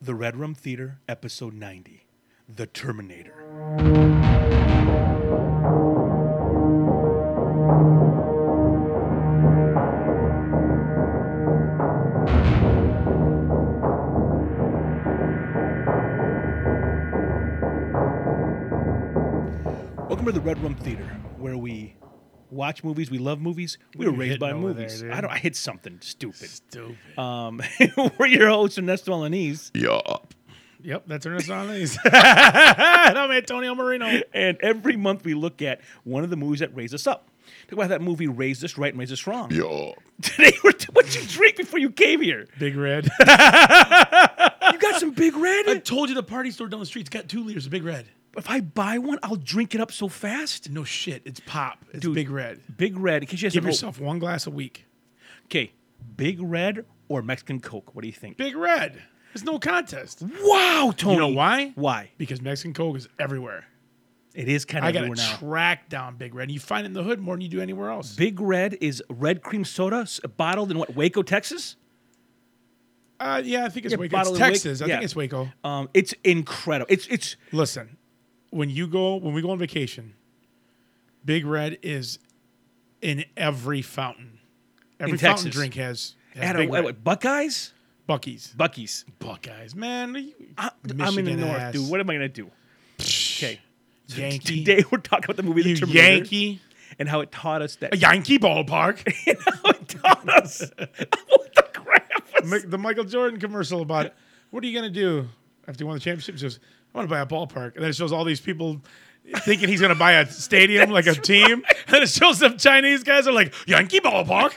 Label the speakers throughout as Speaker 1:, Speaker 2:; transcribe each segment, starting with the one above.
Speaker 1: The Red Room Theater, Episode 90 The Terminator. Welcome to the Red Room Theater, where we watch movies, we love movies, we were
Speaker 2: You're
Speaker 1: raised by
Speaker 2: hitting over
Speaker 1: movies.
Speaker 2: there, dude.
Speaker 1: I, don't, I hit something stupid.
Speaker 2: Stupid.
Speaker 1: Um, we're your hosts, Ernesto Alaniz.
Speaker 3: Yup.
Speaker 2: Yep, that's Ernest Anlis. I'm Antonio Marino.
Speaker 1: And every month we look at one of the movies that raised us up. Talk about that movie raised us right and raised us wrong.
Speaker 3: Yup.
Speaker 1: Today, we're what you drink before you came here?
Speaker 2: Big Red.
Speaker 1: You got some Big
Speaker 4: I
Speaker 1: Red?
Speaker 4: told you the party store down the street's got two liters of Big Red.
Speaker 1: If I buy one, I'll drink it up so fast.
Speaker 4: No shit, it's pop. It's
Speaker 1: Dude,
Speaker 4: Big Red.
Speaker 1: Big Red, in case you guys
Speaker 2: Give
Speaker 1: don't know-
Speaker 2: yourself one glass a week.
Speaker 1: Okay, Big Red or Mexican Coke? What do you think?
Speaker 2: Big Red. There's no contest
Speaker 1: Wow, Tony.
Speaker 2: why?
Speaker 1: Why?
Speaker 2: because Mexican Coke is everywhere.
Speaker 1: It is kind of
Speaker 2: I got
Speaker 1: everywhere
Speaker 2: to
Speaker 1: now.
Speaker 2: track down Big Red. You find it in the hood more than you do anywhere else.
Speaker 1: Big Red is red cream soda s- bottled in what Waco, Texas.
Speaker 2: Uh, yeah, I think it's
Speaker 1: Yeah,
Speaker 2: Waco.
Speaker 1: bottle
Speaker 2: It's
Speaker 1: in Waco.
Speaker 2: Texas. I
Speaker 1: Yeah.
Speaker 2: think it's Waco.
Speaker 1: Um, it's incredible. It's it's
Speaker 2: Listen, when you go, when we go on vacation, Big Red is in every fountain. Every fountain
Speaker 1: Texas.
Speaker 2: drink has, has
Speaker 1: at a,
Speaker 2: Big
Speaker 1: at
Speaker 2: Red.
Speaker 1: what, Buckeyes,
Speaker 2: Buc-ee's.
Speaker 1: Bucky's.
Speaker 2: Buckeyes, man. you-
Speaker 1: I, am in the
Speaker 2: Michigan
Speaker 1: north,
Speaker 2: ass.
Speaker 1: dude. What am I gonna do? Okay,
Speaker 2: Yankee.
Speaker 1: today we're talking about the movie
Speaker 2: you
Speaker 1: The Terminator
Speaker 2: Yankee.
Speaker 1: and how it taught us that.
Speaker 2: A Yankee ballpark.
Speaker 1: and how it taught us what the crap. Was.
Speaker 2: Mi- the Michael Jordan commercial about what are you gonna do after you won the championship? He says, I want to buy a ballpark. And then it shows all these people thinking he's gonna buy a stadium, like a team. And it shows them Chinese guys are like, Yankee ballpark.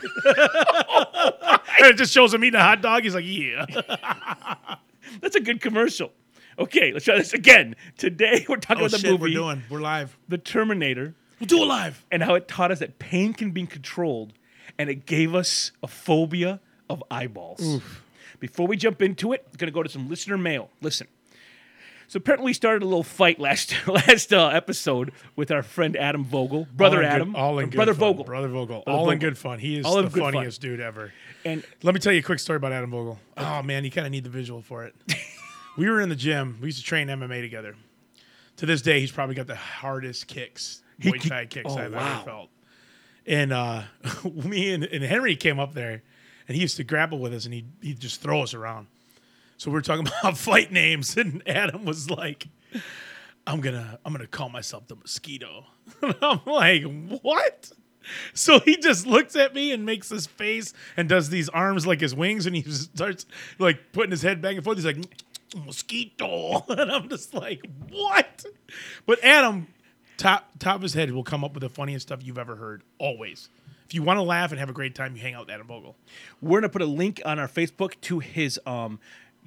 Speaker 2: and it just shows him eating a hot dog. He's like, Yeah.
Speaker 1: That's a good commercial. Okay, let's try this again. Today we're talking
Speaker 2: Oh,
Speaker 1: about the
Speaker 2: shit,
Speaker 1: movie
Speaker 2: we're doing. We're live.
Speaker 1: The Terminator
Speaker 4: We'll do it live.
Speaker 1: and how it taught us that pain can be controlled, and it gave us a phobia of eyeballs. Before we jump into it, going to go to some listener mail. Listen. So apparently, we started a little fight last last uh, episode with our friend Adam Vogel, brother
Speaker 2: All in good-
Speaker 1: Adam,
Speaker 2: all
Speaker 1: or
Speaker 2: in good
Speaker 1: brother
Speaker 2: fun.
Speaker 1: Vogel,
Speaker 2: Brother Vogel.
Speaker 1: Brother
Speaker 2: all in
Speaker 1: Vogel.
Speaker 2: good fun. He is
Speaker 1: All in
Speaker 2: the
Speaker 1: good fun.
Speaker 2: funniest dude ever.
Speaker 1: and
Speaker 2: Let me tell you a quick story about Adam Vogel. Oh man, you kind of need the visual for it. we were in the gym. We used to train MMA together. To this day, he's probably got the hardest kicks,
Speaker 1: He
Speaker 2: Muay
Speaker 1: ki-
Speaker 2: Thai kicks
Speaker 1: oh,
Speaker 2: I've
Speaker 1: wow.
Speaker 2: ever felt. And uh, me and, and Henry came up there, and he used to grapple with us, and he he'd just throw us around. So we were talking about fight names, and Adam was like, "I'm gonna I'm gonna call myself the mosquito." And I'm like, "What?" So he just looks at me and makes this face and does these arms like his wings, and he just starts like putting his head back and forth. He's like, "Mm, "Mosquito," and I'm just like, "What?" But Adam, top top of his head, will come up with the funniest stuff you've ever heard. Always, if you want to laugh and have a great time, you hang out with Adam Vogel.
Speaker 1: we're gonna put a link on our Facebook to his um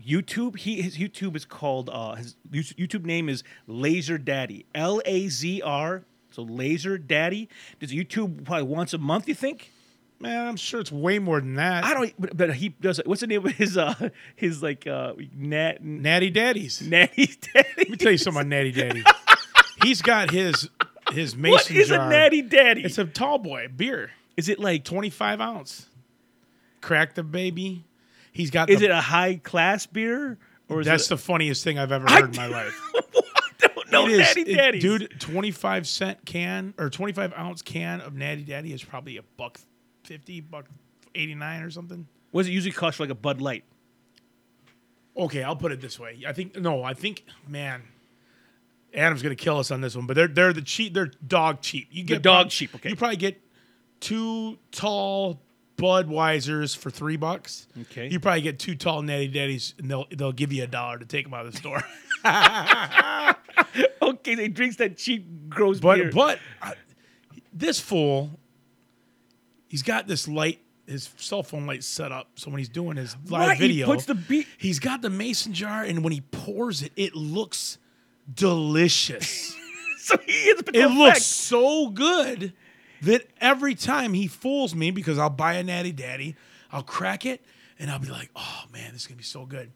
Speaker 1: YouTube. He his YouTube is called uh his Yous- YouTube name is Laser Daddy. L A Z R. So Laser Daddy. Does YouTube probably once a month? You think?
Speaker 2: Man, I'm sure it's way more than that.
Speaker 1: I don't. But, but he does. What's the name of his uh his like uh Nat
Speaker 2: Natty Daddies.
Speaker 1: Natty Daddy?
Speaker 2: Let me tell you something about Natty Daddy. He's got his his mason
Speaker 1: What is
Speaker 2: jar.
Speaker 1: a Natty Daddy?
Speaker 2: It's a tall boy beer.
Speaker 1: is it like?
Speaker 2: 25 ounce. Crack the baby. He's got.
Speaker 1: Is
Speaker 2: the,
Speaker 1: it a high class beer? Or is
Speaker 2: That's
Speaker 1: it,
Speaker 2: the funniest thing I've ever heard in my life.
Speaker 1: I don't know.
Speaker 2: It is-
Speaker 1: Natty
Speaker 2: it-
Speaker 1: Daddy,
Speaker 2: dude. 25 cent can or 25 ounce can of Natty Daddy is probably a buck 50, buck 89 or something.
Speaker 1: What does it usually cost for like a Bud Light?
Speaker 2: Okay, I'll put it this way. I think no, I think man, Adam's gonna kill us on this one. But they're they're the cheap. They're dog cheap. You get
Speaker 1: dog cheap, okay.
Speaker 2: You probably get two tall Budweisers for three bucks.
Speaker 1: Okay.
Speaker 2: You probably get two tall Natty Daddies, and they'll they'll give you a dollar to take them out of the store.
Speaker 1: Okay, they drinks that cheap gross
Speaker 2: but
Speaker 1: beer.
Speaker 2: but I, this fool, he's got this light. His cell phone light set up, so when he's doing his live
Speaker 1: Right, he
Speaker 2: video,
Speaker 1: puts the beat-
Speaker 2: He's got the mason jar, and when he pours it, it looks delicious.
Speaker 1: So he is
Speaker 2: it
Speaker 1: potential
Speaker 2: looks
Speaker 1: fact.
Speaker 2: so good that every time he fools me because I'll buy a natty daddy, I'll crack it, and I'll be like, "Oh man, this is gonna be so good."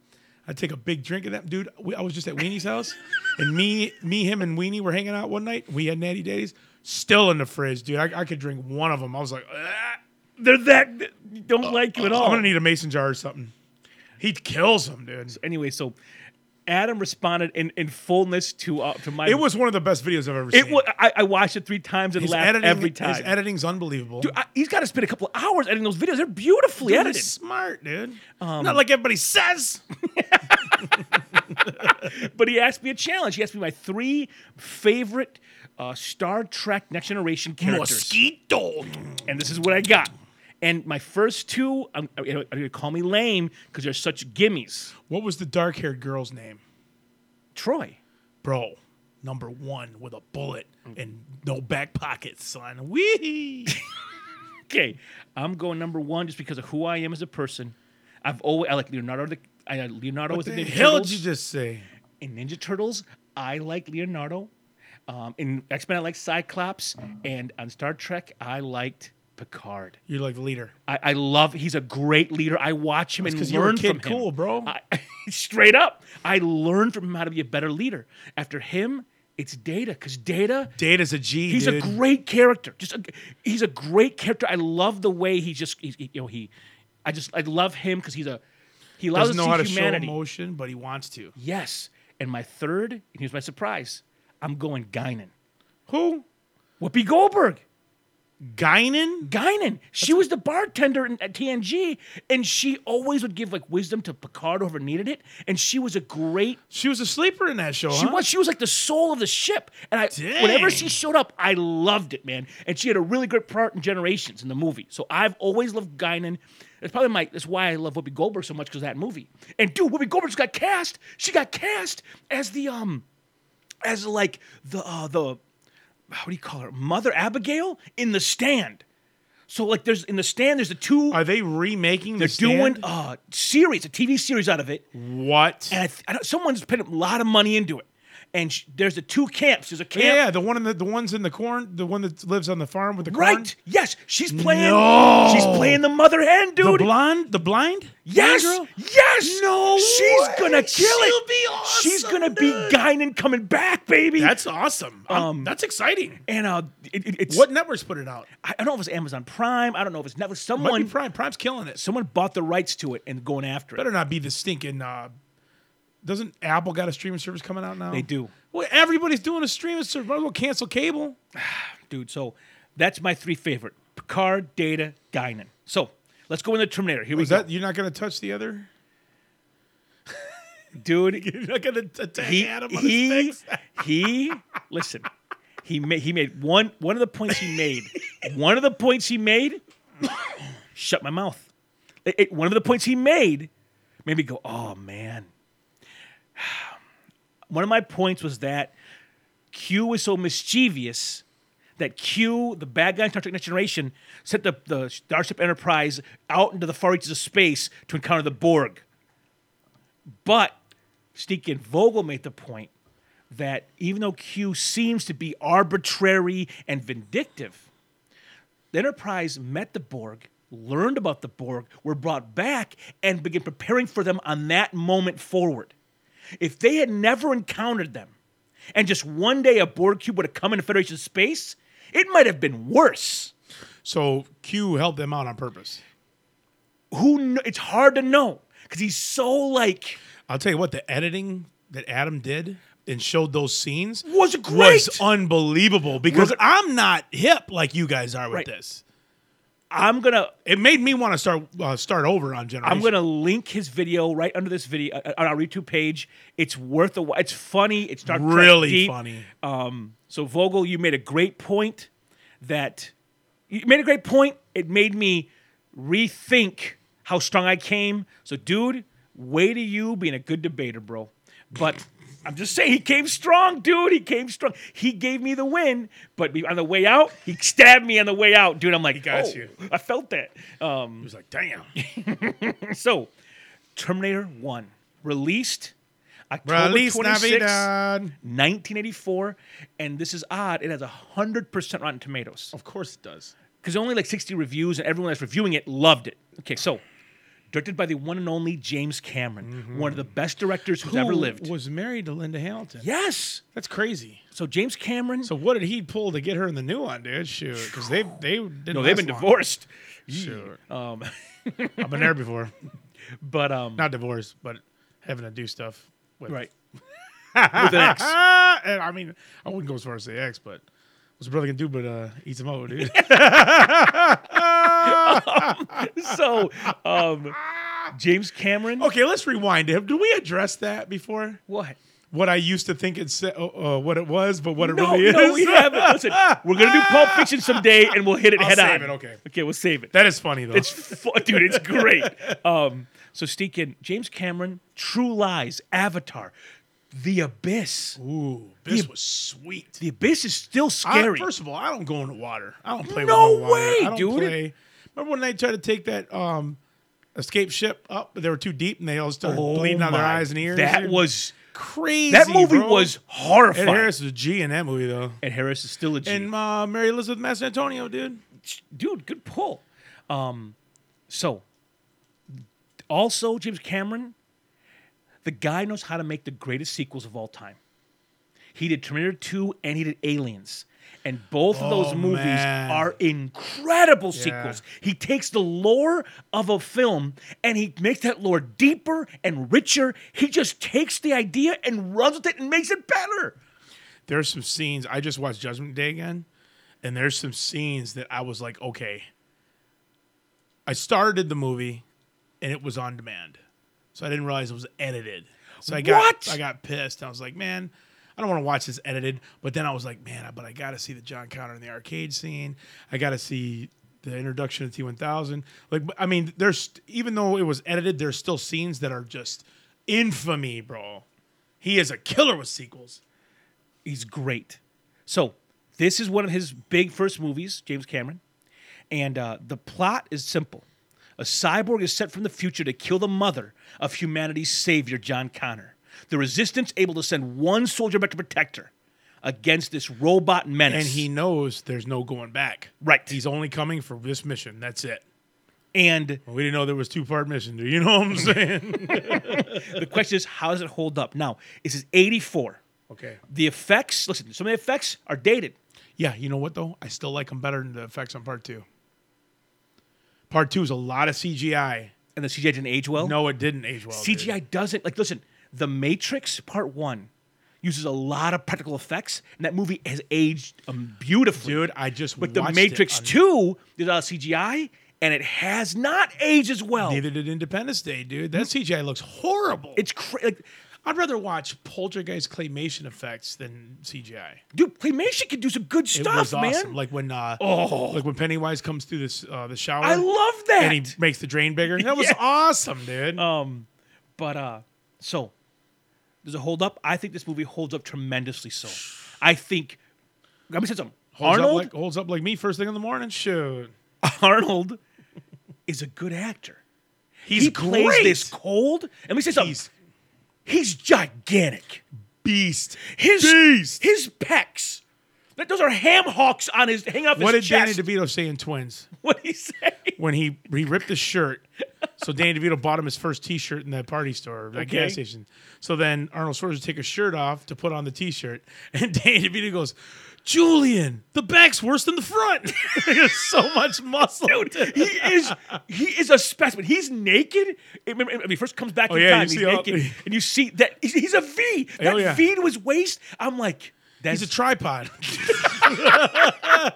Speaker 2: I take a big drink of that, dude. We, I was just at Weenie's house, and me, me, him, and Weenie were hanging out one night. We had natty daddies still in the fridge, dude. I, I could drink one of them. I was like, "Ah,
Speaker 1: They're that don't like you at all.
Speaker 2: "I'm gonna need a mason jar or something." He kills him, dude.
Speaker 1: Anyway, so Adam responded in, in fullness to uh, to my.
Speaker 2: It was one of the best videos I've ever
Speaker 1: It
Speaker 2: seen.
Speaker 1: was. I, I watched it three times and
Speaker 2: His
Speaker 1: laughed
Speaker 2: editing,
Speaker 1: every time.
Speaker 2: His editing's unbelievable.
Speaker 1: Dude, I- he's got to spend a couple of hours editing those videos. They're beautifully
Speaker 2: Dude, Um, he's
Speaker 1: edited.
Speaker 2: smart, dude. Not like everybody says.
Speaker 1: But he asked me a challenge. He asked me my three favorite uh, Star Trek Next Generation characters.
Speaker 2: Mosquito.
Speaker 1: and this is what I got. And my first two, I'm, I'm gonna- I'm gonna call me lame because they're such gimmies.
Speaker 2: What was the dark haired girl's name?
Speaker 1: Troy,
Speaker 2: Bro, number one with a bullet and no back pockets, son. Wee.
Speaker 1: okay, I'm going number one just because of who I am as a person. I've always I like Leonardo. The, I like Leonardo with the, Ninja
Speaker 2: hell did
Speaker 1: Turtles.
Speaker 2: you just say?
Speaker 1: in Ninja Turtles, I like Leonardo. Um, in X Men, I like Cyclops, and on Star Trek, I liked Picard.
Speaker 2: You're like the leader.
Speaker 1: I, I love. He's a great leader. I watch him and
Speaker 2: Because you're
Speaker 1: learn
Speaker 2: a kid
Speaker 1: from him.
Speaker 2: cool, bro.
Speaker 1: I, straight up, I learned from him how to be a better leader. After him, it's Data, because Data,
Speaker 2: Data's a G.
Speaker 1: he's a
Speaker 2: dude.
Speaker 1: great character. Just a, he's a great character. I love the way he just, he's, he, you know, he. I just I love him because he's a he allows
Speaker 2: doesn't
Speaker 1: us
Speaker 2: know how
Speaker 1: to
Speaker 2: to
Speaker 1: see
Speaker 2: show
Speaker 1: humanity.
Speaker 2: emotion, but he wants to.
Speaker 1: Yes, and my third, and here's my surprise. I'm going Guinan.
Speaker 2: Who?
Speaker 1: Whoopi Goldberg.
Speaker 2: Guinan?
Speaker 1: Guinan. She was the bartender in, at TNG, and she always would give like wisdom to Picard whoever needed it. And she was a great.
Speaker 2: She was a sleeper in that show.
Speaker 1: She was she was like the soul of the ship. And I whenever she showed up, I loved it, man. And she had a really good part in Generations in the movie. So I've always loved Guinan. That's probably my. That's why I love Whoopi Goldberg so much because that movie. And dude, Whoopi Goldberg just got cast. She got cast as the um, as like the uh, the how do you call her Mother Abigail in the Stand. So like there's in the Stand there's the two
Speaker 2: Are they remaking
Speaker 1: they're
Speaker 2: the
Speaker 1: doing
Speaker 2: stand?
Speaker 1: a series a TV series out of it
Speaker 2: what?
Speaker 1: and I th- I don't, someone's put a lot of money into it. And sh- there's the two camps. There's a camp,
Speaker 2: yeah, yeah, the one in the the ones in the corn, the one that lives on the farm with the corn.
Speaker 1: right? Yes, she's playing.
Speaker 2: No.
Speaker 1: She's playing the mother hen,
Speaker 2: The
Speaker 1: dude.
Speaker 2: blonde, the blind?
Speaker 1: yes,
Speaker 2: Blind girl?
Speaker 1: yes. No, she's
Speaker 2: way.
Speaker 1: gonna kill
Speaker 2: She'll
Speaker 1: it.
Speaker 2: be
Speaker 1: she's
Speaker 2: awesome,
Speaker 1: gonna be
Speaker 2: dude.
Speaker 1: Guinan coming back, baby.
Speaker 2: That's awesome. Um, that's exciting.
Speaker 1: and uh, it, it- it's
Speaker 2: What networks put it out?
Speaker 1: I, I don't know if it's Amazon Prime. I don't know if it's Netflix.
Speaker 2: Might
Speaker 1: Someone,
Speaker 2: be Prime. Prime's killing it.
Speaker 1: someone bought the rights to it and going after it.
Speaker 2: Better not be the stinking. Uh, doesn't Apple got a streaming service coming out now?
Speaker 1: They do.
Speaker 2: Well, everybody's doing a streaming service. Might as well cancel cable.
Speaker 1: dude. So that's my three favorite: Picard, Data, Guinan. So let's go in the Terminator. Here
Speaker 2: Is
Speaker 1: we go,
Speaker 2: that you're not going to touch the other?
Speaker 1: dude.
Speaker 2: You're not going to attack
Speaker 1: he
Speaker 2: Adam on his
Speaker 1: he,
Speaker 2: face?
Speaker 1: he listen he made he made one one of the points he made one of the points he made shut my mouth It- it- one of the points he made made me go oh man one of my points was that q was so mischievous that Q, the bad guy in Star Trek Next Generation, sent the, the Starship Enterprise out into the far reaches of space to encounter the Borg. But Stinkin Vogel made the point that even though Q seems to be arbitrary and vindictive, the Enterprise met the Borg, learned about the Borg, were brought back, and began preparing for them on that moment forward. If they had never encountered them, and just one day a Borg cube would have come into Federation space, it might have been worse.
Speaker 2: So Q helped them out on purpose.
Speaker 1: Who? Kn- it's hard to know because he's so like
Speaker 2: I'll tell you what, the editing that Adam did and showed those scenes
Speaker 1: Was great.
Speaker 2: was unbelievable because
Speaker 1: We're go-
Speaker 2: I'm not hip like you guys are with
Speaker 1: Right.
Speaker 2: this.
Speaker 1: I'm gonna
Speaker 2: It made me want to start uh, start over on generation.
Speaker 1: I'm gonna link his video right under this video uh, on our YouTube page. It's worth a while. It's funny. It's Star Trek
Speaker 2: really
Speaker 1: deep.
Speaker 2: funny.
Speaker 1: Um, so Vogel, you made a great point. That you made a great point. It made me rethink how strong I came. So, dude, way to you being a good debater, bro. But I'm just saying, he came strong, dude. He came strong. He gave me the win, but on the way out, he stabbed me on the way out, dude. I'm like,
Speaker 2: got
Speaker 1: "Oh,
Speaker 2: you."
Speaker 1: I felt that. Um,
Speaker 2: He was like, "Damn,
Speaker 1: so, Terminator 1 released October
Speaker 2: release
Speaker 1: 26,
Speaker 2: Navidad."
Speaker 1: 1984, and this is odd. It has 100% Rotten Tomatoes
Speaker 2: Of course it does.
Speaker 1: because only like 60 reviews, and everyone that's reviewing it loved it. Okay, so directed by the one and only James Cameron, one of the best directors who's ever lived.
Speaker 2: Mm-hmm. was married to Linda Hamilton?
Speaker 1: yes.
Speaker 2: That's crazy.
Speaker 1: So James Cameron.
Speaker 2: So what did he pull to get her in the new one, dude? Shoot, because they they didn't
Speaker 1: no, they've been
Speaker 2: last long.
Speaker 1: divorced.
Speaker 2: Shoot.
Speaker 1: Um,
Speaker 2: I've been there before.
Speaker 1: But um,
Speaker 2: Not divorce, but having to do stuff with
Speaker 1: right.
Speaker 2: with
Speaker 1: an ex.
Speaker 2: and I mean, I wouldn't go as far as say ex, but what's a brother can do but uh, eat some hoe, dude?
Speaker 1: So um, James Cameron.
Speaker 2: okay, let's rewind him. Do we address that before?
Speaker 1: What?
Speaker 2: What I used to think it said, uh, uh, what it was, but what it
Speaker 1: No,
Speaker 2: really
Speaker 1: no,
Speaker 2: is.
Speaker 1: we haven't. Listen, we're gonna do Pulp Fiction someday, and we'll hit it
Speaker 2: I'll
Speaker 1: head
Speaker 2: save
Speaker 1: on.
Speaker 2: it, okay.
Speaker 1: Okay, we'll save it.
Speaker 2: that is funny though.
Speaker 1: It's fu- dude, it's great. Um, so Steakin, James Cameron, True Lies, Avatar, The Abyss.
Speaker 2: Ooh, this was sweet.
Speaker 1: The Abyss is still scary.
Speaker 2: I, first of all, I don't go in the water. I don't play
Speaker 1: No
Speaker 2: with no water.
Speaker 1: way,
Speaker 2: I don't
Speaker 1: dude.
Speaker 2: Play. Remember when they tried to take that um, escape ship up, but they were too deep and they all started
Speaker 1: Oh
Speaker 2: bleeding out their
Speaker 1: my-
Speaker 2: eyes and ears?
Speaker 1: That
Speaker 2: dude?
Speaker 1: was
Speaker 2: crazy.
Speaker 1: that movie
Speaker 2: bro.
Speaker 1: was
Speaker 2: Ed
Speaker 1: horrifying.
Speaker 2: Harris was a G in that movie though,
Speaker 1: And Harris is still a G.
Speaker 2: and uh, Mary Elizabeth Mastantonio, dude.
Speaker 1: dude, good pull. Um, so also James Cameron, the guy knows how to make the greatest sequels of all time. He did Terminator 2 and he did Aliens. And both of those
Speaker 2: Oh,
Speaker 1: movies
Speaker 2: man.
Speaker 1: are incredible sequels. He takes the lore of a film and he makes that lore deeper and richer. He just takes the idea and runs with it and makes it better.
Speaker 2: There's some scenes I just watched Judgment Day again, and there's some scenes that I was like, okay. I started the movie, and it was on demand, so I didn't realize it was edited. So I got
Speaker 1: What?
Speaker 2: I got pissed. I was like, man, I don't want to watch this edited. But then I was like, man, but I got to see the John Connor in the arcade scene. I got to see the introduction to T1000. Like, I mean, there's even though it was edited, there's still scenes that are just infamy, bro. He is a killer with sequels.
Speaker 1: he's great. So this is one of his big first movies, James Cameron, and uh, the plot is simple: a cyborg is sent from the future to kill the mother of humanity's savior, John Connor. The resistance able to send one soldier back to protect her against this robot menace.
Speaker 2: and he knows there's no going back.
Speaker 1: Right.
Speaker 2: He's only coming for this mission. That's it.
Speaker 1: and
Speaker 2: We didn't know there was two part mission. Do you know what I'm saying?
Speaker 1: the question is, how does it hold up? Now, this is '84.
Speaker 2: okay.
Speaker 1: The effects, listen, some of the effects are dated.
Speaker 2: Yeah, you know what though? I still like him better than the effects on part two. Part two is a lot of CGI.
Speaker 1: And the CGI didn't age well.
Speaker 2: No, it didn't age well. dude.
Speaker 1: CGI doesn't like listen, The Matrix Part 1 uses a lot of practical effects and that movie has aged um, beautifully.
Speaker 2: Dude, I just
Speaker 1: but The
Speaker 2: watched it
Speaker 1: Matrix uh,
Speaker 2: on-
Speaker 1: 2 did all CGI and it has not aged as well.
Speaker 2: Neither did Independence Day, dude. That CGI looks horrible.
Speaker 1: It's crazy. Like,
Speaker 2: I'd rather watch Poltergeist claymation effects than CGI.
Speaker 1: dude, Claymation can do some good
Speaker 2: It
Speaker 1: stuff,
Speaker 2: was awesome.
Speaker 1: man.
Speaker 2: Like when uh,
Speaker 1: Oh.
Speaker 2: like when Pennywise comes through this uh, the shower.
Speaker 1: I love that.
Speaker 2: and he makes the drain bigger. That was
Speaker 1: Yeah.
Speaker 2: awesome, dude.
Speaker 1: um, but uh, so does it hold up? I think this movie holds up tremendously. So I think. Let me say something.
Speaker 2: holds
Speaker 1: Arnold,
Speaker 2: up like, holds up like me first thing in the morning. Shoot,
Speaker 1: Arnold is a good actor.
Speaker 2: he's
Speaker 1: he plays
Speaker 2: great.
Speaker 1: this cold. Let me say something. He's,
Speaker 2: He's-
Speaker 1: gigantic.
Speaker 2: beast.
Speaker 1: His
Speaker 2: Beast.
Speaker 1: his pecs. That those are ham hocks on his hang off
Speaker 2: What did
Speaker 1: his chest.
Speaker 2: Danny DeVito say in Twins
Speaker 1: what he say?
Speaker 2: when he he ripped his shirt? So Danny DeVito bought him his first T-shirt in that party store, that
Speaker 1: Okay.
Speaker 2: gas station. So then Arnold Schwarzenegger took his shirt off to put on the T-shirt, and Danny DeVito goes, "Julian, the back's worse than the front. There's so much muscle."
Speaker 1: Dude, he is he is a specimen. He's naked. Remember, I mean, first comes back in
Speaker 2: Oh, yeah, you
Speaker 1: time. He's
Speaker 2: see all-
Speaker 1: naked, and you see that he's, he's a V. That
Speaker 2: Oh, yeah.
Speaker 1: V to his waist. I'm like, that's
Speaker 2: He's a tripod.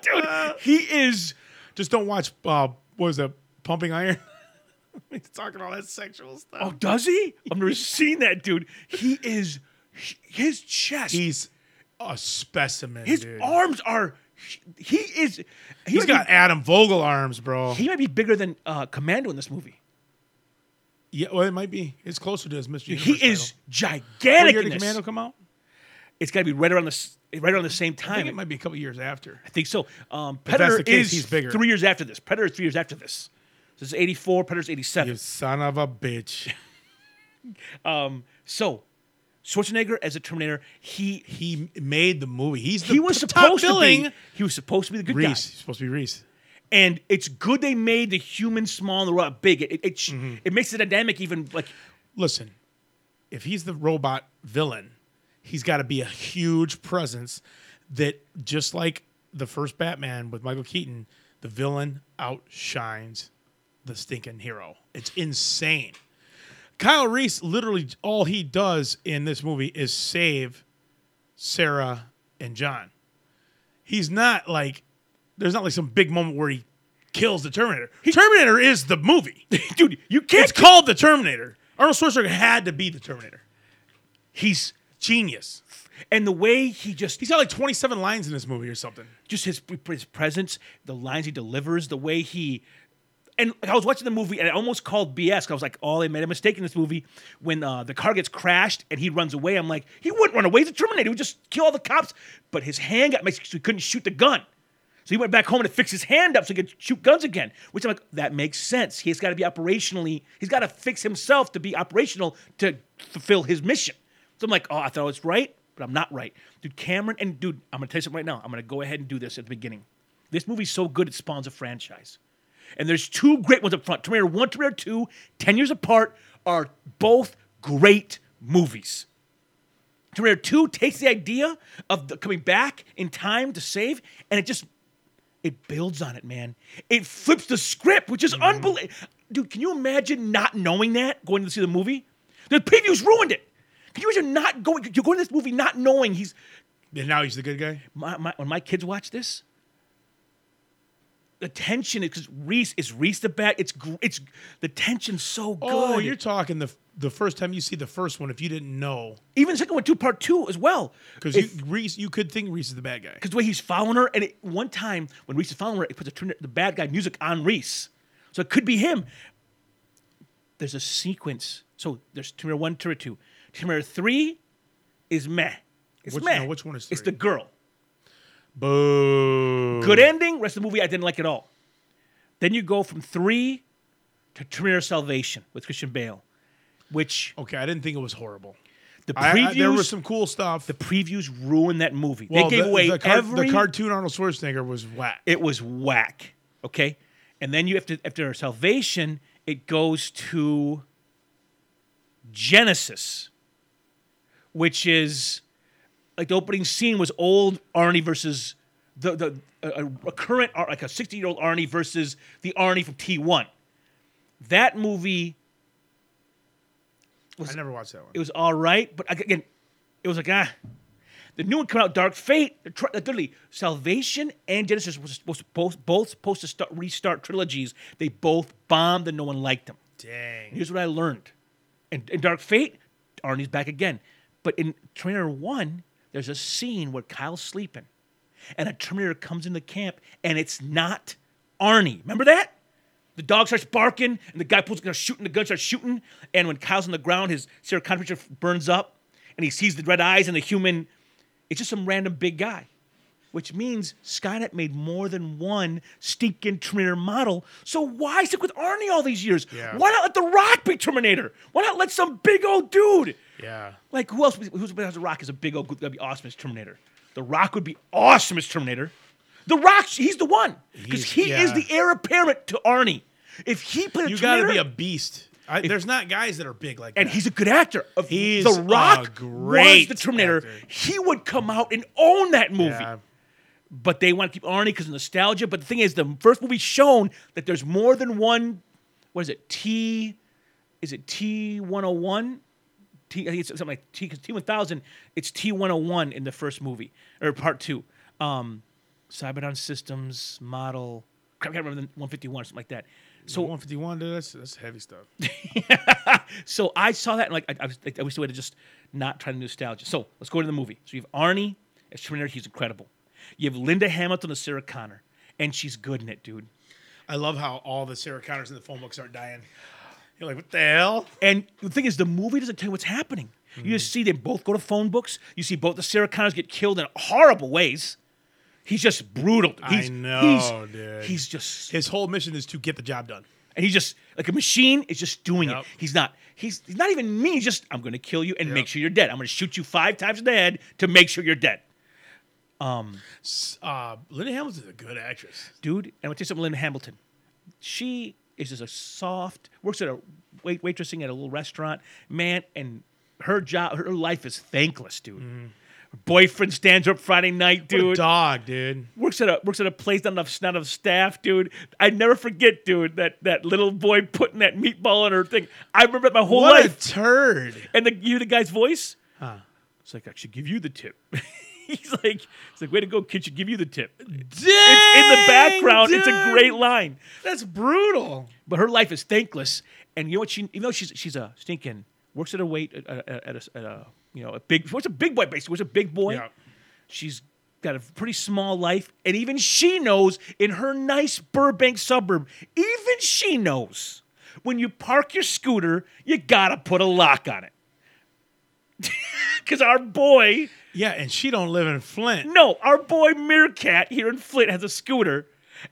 Speaker 1: dude. He is.
Speaker 2: Just don't watch. Uh, what was that? Pumping Iron. He's talking all that sexual stuff.
Speaker 1: Oh, does he? I've never seen that dude. He is. His chest.
Speaker 2: He's a specimen.
Speaker 1: His
Speaker 2: dude.
Speaker 1: arms are. He is. He
Speaker 2: He's
Speaker 1: might be-
Speaker 2: got Adam Vogel arms, bro.
Speaker 1: he might be bigger than uh, Commando in this movie.
Speaker 2: yeah, well, it might be. It's closer to his Mr.
Speaker 1: He
Speaker 2: Universe
Speaker 1: is
Speaker 2: title. What
Speaker 1: gigantic.
Speaker 2: year
Speaker 1: in
Speaker 2: did
Speaker 1: this.
Speaker 2: Commando come out?
Speaker 1: It's got to be right around the s- right around the same time.
Speaker 2: I think it might be a couple years after.
Speaker 1: so. Um,
Speaker 2: that's
Speaker 1: Predator
Speaker 2: the case,
Speaker 1: is
Speaker 2: he's bigger.
Speaker 1: three years after this. Predator is three years after this. So this is eighty four. Predator's eighty seven.
Speaker 2: You son of a bitch.
Speaker 1: Um, So Schwarzenegger as a Terminator, he
Speaker 2: He made the movie. He's the
Speaker 1: he was
Speaker 2: top
Speaker 1: supposed to
Speaker 2: billing.
Speaker 1: be he was supposed to be the good
Speaker 2: Reese.
Speaker 1: guy.
Speaker 2: He's supposed to be Reese.
Speaker 1: And it's good they made the human small and the robot big. It it, sh-
Speaker 2: Mm-hmm.
Speaker 1: it makes the dynamic even like
Speaker 2: Listen, if he's the robot villain, he's got to be a huge presence that just like the first Batman with Michael Keaton, the villain outshines the stinking hero. It's insane. Kyle Reese literally all he does in this movie is save Sarah and John. He's not like there's not like some big moment where he kills the Terminator. Terminator is the movie.
Speaker 1: Dude, you can't.
Speaker 2: It's called the Terminator. Arnold Schwarzenegger had to be the Terminator.
Speaker 1: he's
Speaker 2: Genius.
Speaker 1: and the way he just
Speaker 2: He's got like 27 lines in this movie or something.
Speaker 1: just his his presence, the lines he delivers, the way he. And I was watching the movie, and I almost called BS. 'cause I was like, "Oh, they made a mistake in this movie." When uh, the car gets crashed and he runs away, I'm like, "He wouldn't run away. He's a Terminator. He would just kill all the cops." But his hand got mixed, so he couldn't shoot the gun. So he went back home to fix his hand up so he could shoot guns again. Which I'm like, that makes sense. He's got to be operationally. He's got to fix himself to be operational to fulfill his mission. So I'm like, "Oh, I thought I was right, but I'm not right, dude." Cameron and dude, I'm gonna tell you something right now. I'm gonna go ahead and do this at the beginning. This movie's so good it spawns a franchise. And there's two great ones up front. Terminator 1, Terminator 2, 10 years apart, are both great movies. Terminator 2 takes the idea of the coming back in time to save, and it just it builds on it, man. It flips the script, which is unbelievable. Dude, can you imagine not knowing that going to see the movie? The previews ruined it. Can you imagine not going? You're going to this movie not knowing he's
Speaker 2: And now he's the good guy.
Speaker 1: my, my when my kids watch this, the tension is because Reese is Reese the bat. It's gr- it's the tension's so good.
Speaker 2: Oh, you're talking the the first time you see the first one if you didn't know
Speaker 1: Even the second one, two part two as well.
Speaker 2: because
Speaker 1: If-
Speaker 2: you Reese you could think Reese is the bad guy.
Speaker 1: because the way he's following her, and it, one time when Reese is following her, it puts the, Trin- the bad guy music on Reese, so it could be him. There's a sequence. So there's Terminator one, Terminator two, Terminator three is meh. It's
Speaker 2: Which-
Speaker 1: meh.
Speaker 2: no, which one is
Speaker 1: It's the
Speaker 2: three?
Speaker 1: girl.
Speaker 2: Boo.
Speaker 1: Good ending. Rest of the movie, I didn't like at all. Then you go from three to Terminator Salvation with Christian Bale, which
Speaker 2: Okay, I didn't think it was horrible.
Speaker 1: the
Speaker 2: Oh, I,
Speaker 1: previews
Speaker 2: I, there was some cool stuff.
Speaker 1: the previews ruined that movie.
Speaker 2: Well,
Speaker 1: they gave
Speaker 2: the,
Speaker 1: away
Speaker 2: the, car-
Speaker 1: every
Speaker 2: the cartoon Arnold Schwarzenegger was whack.
Speaker 1: it was whack. Okay, and then you have to after Salvation, it goes to Genesis, which is like the opening scene was old Arnie versus the the a, a- a current Ar- like a sixty year old Arnie versus the Arnie from T one. That movie
Speaker 2: I never watched that one.
Speaker 1: it was all right, but ag- again, it was like ah. The new one came out, Dark Fate. the tri- Literally, Salvation and Genesis was supposed to both, both supposed to start, restart trilogies. They both bombed, and no one liked them.
Speaker 2: Dang.
Speaker 1: Here's what I learned. In, in Dark Fate, Arnie's back again. But in Terminator 1, there's a scene where Kyle's sleeping and a Terminator comes into camp and it's not Arnie. Remember that? The dog starts barking and the guy pulls, you know, shooting, the gun starts shooting. And when Kyle's on the ground, his Sarah Connor picture burns up and he sees the red eyes and the human. It's just some random big guy which means Skynet made more than one stinking Terminator model. So why stick with Arnie all these years?
Speaker 2: Yeah.
Speaker 1: Why not let The Rock be Terminator? Why not let some big old dude?
Speaker 2: Yeah.
Speaker 1: Like who else? Who's has The Rock is a big old dude that'd be awesome as Terminator. The Rock would be awesome as Terminator. The Rock, he's the one because
Speaker 2: He's-
Speaker 1: he is
Speaker 2: yeah.
Speaker 1: the heir apparent to Arnie. If he played a
Speaker 2: You got
Speaker 1: Terminator,
Speaker 2: to be a beast. I, there's not guys that are big like
Speaker 1: and
Speaker 2: that.
Speaker 1: he's a good actor. If
Speaker 2: He's
Speaker 1: the Rock
Speaker 2: a great
Speaker 1: was the Terminator.
Speaker 2: actor.
Speaker 1: He would come out and own that movie
Speaker 2: Yeah.
Speaker 1: but they want to keep Arnie because of nostalgia. But the thing is, the first movie's shown that there's more than one. What is it? T, is it T one hundred one? T I think it's something like T because T one thousand. It's T one hundred one in the first movie or part two. Um, Cyberdon Systems model. I can't remember the one fifty one or something like that. So
Speaker 2: 151, dude, that's, that's heavy stuff.
Speaker 1: so I saw that and like I, I was like, I wish they would have just not tried to nostalgia. So let's go to the movie. So you have Arnie as Terminator, he's incredible. You have Linda Hamilton as Sarah Connor, and she's good in it, dude.
Speaker 2: I love how all the Sarah Connors in the phone books aren't dying. You're like, what the hell?
Speaker 1: And the thing is, the movie doesn't tell you what's happening. You
Speaker 2: Mm.
Speaker 1: just see them both go to phone books. You see both the Sarah Connors get killed in horrible ways. He's just brutal. dude.
Speaker 2: I
Speaker 1: He's,
Speaker 2: know,
Speaker 1: he's,
Speaker 2: dude.
Speaker 1: He's just
Speaker 2: His whole mission is to get the job done.
Speaker 1: And he's just like a machine is just doing
Speaker 2: Yep.
Speaker 1: it. He's not he's he's not even mean. He's just I'm gonna kill you and make sure you're dead. I'm gonna shoot you five times in the head to make sure you're dead.
Speaker 2: S- Uh, Linda Hamilton's a good actress.
Speaker 1: Dude, and I'm gonna tell you something, Linda Hamilton. She is just a soft works at a wait waitressing at a little restaurant, man, and her job her life is thankless, dude. Boyfriend stands up Friday night,
Speaker 2: Mm. What a
Speaker 1: dude.
Speaker 2: dog, dude.
Speaker 1: Works at a works at a place not enough not enough staff, dude. I never forget, dude, that that little boy putting that meatball in her thing. I remember it my whole
Speaker 2: What a
Speaker 1: life.
Speaker 2: turd.
Speaker 1: and the you hear the guy's voice. It's like I should give you the tip. he's like, he's like, way to go, kid. Should give you the tip. it's in the background. It's a great line.
Speaker 2: That's brutal.
Speaker 1: But her life is thankless, and you know what? She, even though she's she's a stinking works at a weight at a, at a, at a you know a big what's a big boy basically what's a big boy.
Speaker 2: Yeah.
Speaker 1: She's got a pretty small life, and even she knows in her nice Burbank suburb, even she knows when you park your scooter, you gotta put a lock on it. Because our boy,
Speaker 2: Yeah, and she don't live in Flint.
Speaker 1: no, our boy Meerkat here in Flint has a scooter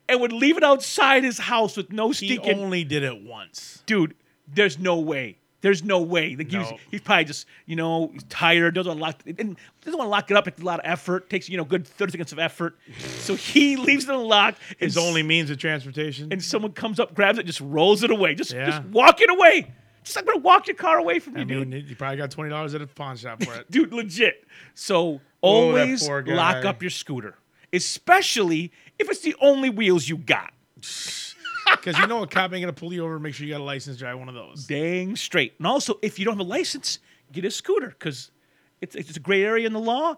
Speaker 1: and would leave it outside his house with no
Speaker 2: He
Speaker 1: stinking
Speaker 2: only did it once.
Speaker 1: dude, there's no way. There's no way. Like he was,
Speaker 2: No.
Speaker 1: he's probably just, you know, he's tired, doesn't want to lock and doesn't want to lock it up. It's a lot of effort. Takes, you know, good 30 seconds of effort. So he leaves it unlocked. and
Speaker 2: His
Speaker 1: s-
Speaker 2: only means of transportation.
Speaker 1: and someone comes up, grabs it, just rolls it away. Just
Speaker 2: Yeah.
Speaker 1: just walk it away. Just like I'm gonna walk your car away from you,
Speaker 2: I mean,
Speaker 1: dude.
Speaker 2: you probably got twenty dollars at a pawn shop for it.
Speaker 1: Dude, legit. So
Speaker 2: Oh, that
Speaker 1: always
Speaker 2: poor guy.
Speaker 1: lock up your scooter. Especially if it's the only wheels you got.
Speaker 2: Because you know a cop ain't gonna pull you over and make sure you got a license to drive one of those.
Speaker 1: dang straight. And also, if you don't have a license, get a scooter because it's, it's a gray area in the law.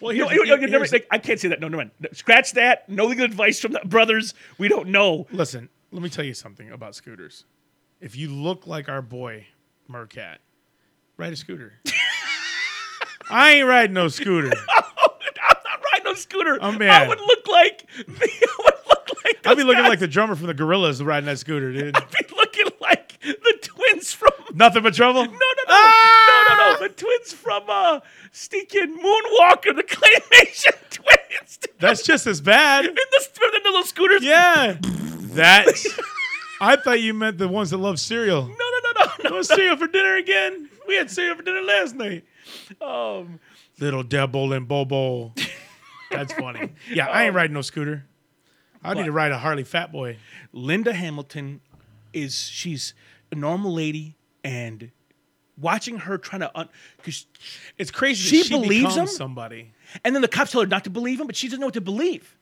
Speaker 2: Well,
Speaker 1: You know,
Speaker 2: here's-
Speaker 1: you know, you never-
Speaker 2: here's-
Speaker 1: like, I can't say that. No, no, no. Scratch that. No legal advice from the brothers. We don't know.
Speaker 2: Listen, let me tell you something about scooters. If you look like our boy Mercat, ride a scooter. I ain't riding no scooter.
Speaker 1: I'm not riding no scooter.
Speaker 2: I'm
Speaker 1: I
Speaker 2: mad.
Speaker 1: would look like. I would look like.
Speaker 2: I'll Oh, be
Speaker 1: those
Speaker 2: looking
Speaker 1: guys.
Speaker 2: like the drummer from the Gorillas riding that scooter, dude.
Speaker 1: I'd be looking like the twins from. No,
Speaker 2: Nothing but trouble.
Speaker 1: no, no, no,
Speaker 2: Ah!
Speaker 1: no, no, no. The twins from uh, Stinking Moonwalker, the claymation twins. dude.
Speaker 2: That's just as bad.
Speaker 1: In the, remember the little scooters.
Speaker 2: Yeah. That. I thought you meant the ones that love cereal.
Speaker 1: No, no, no, no, no.
Speaker 2: No cereal for dinner again. We had cereal for dinner last night.
Speaker 1: Um,
Speaker 2: Little Devil and Bobo. That's funny. Yeah, I ain't riding no scooter. I need to ride a Harley Fat Boy.
Speaker 1: Linda Hamilton is she's a normal lady and watching her trying to un- cause,
Speaker 2: It's crazy.
Speaker 1: She
Speaker 2: that she
Speaker 1: believes
Speaker 2: becomes
Speaker 1: him?
Speaker 2: somebody.
Speaker 1: and then the cops tell her not to believe him but she doesn't know what to believe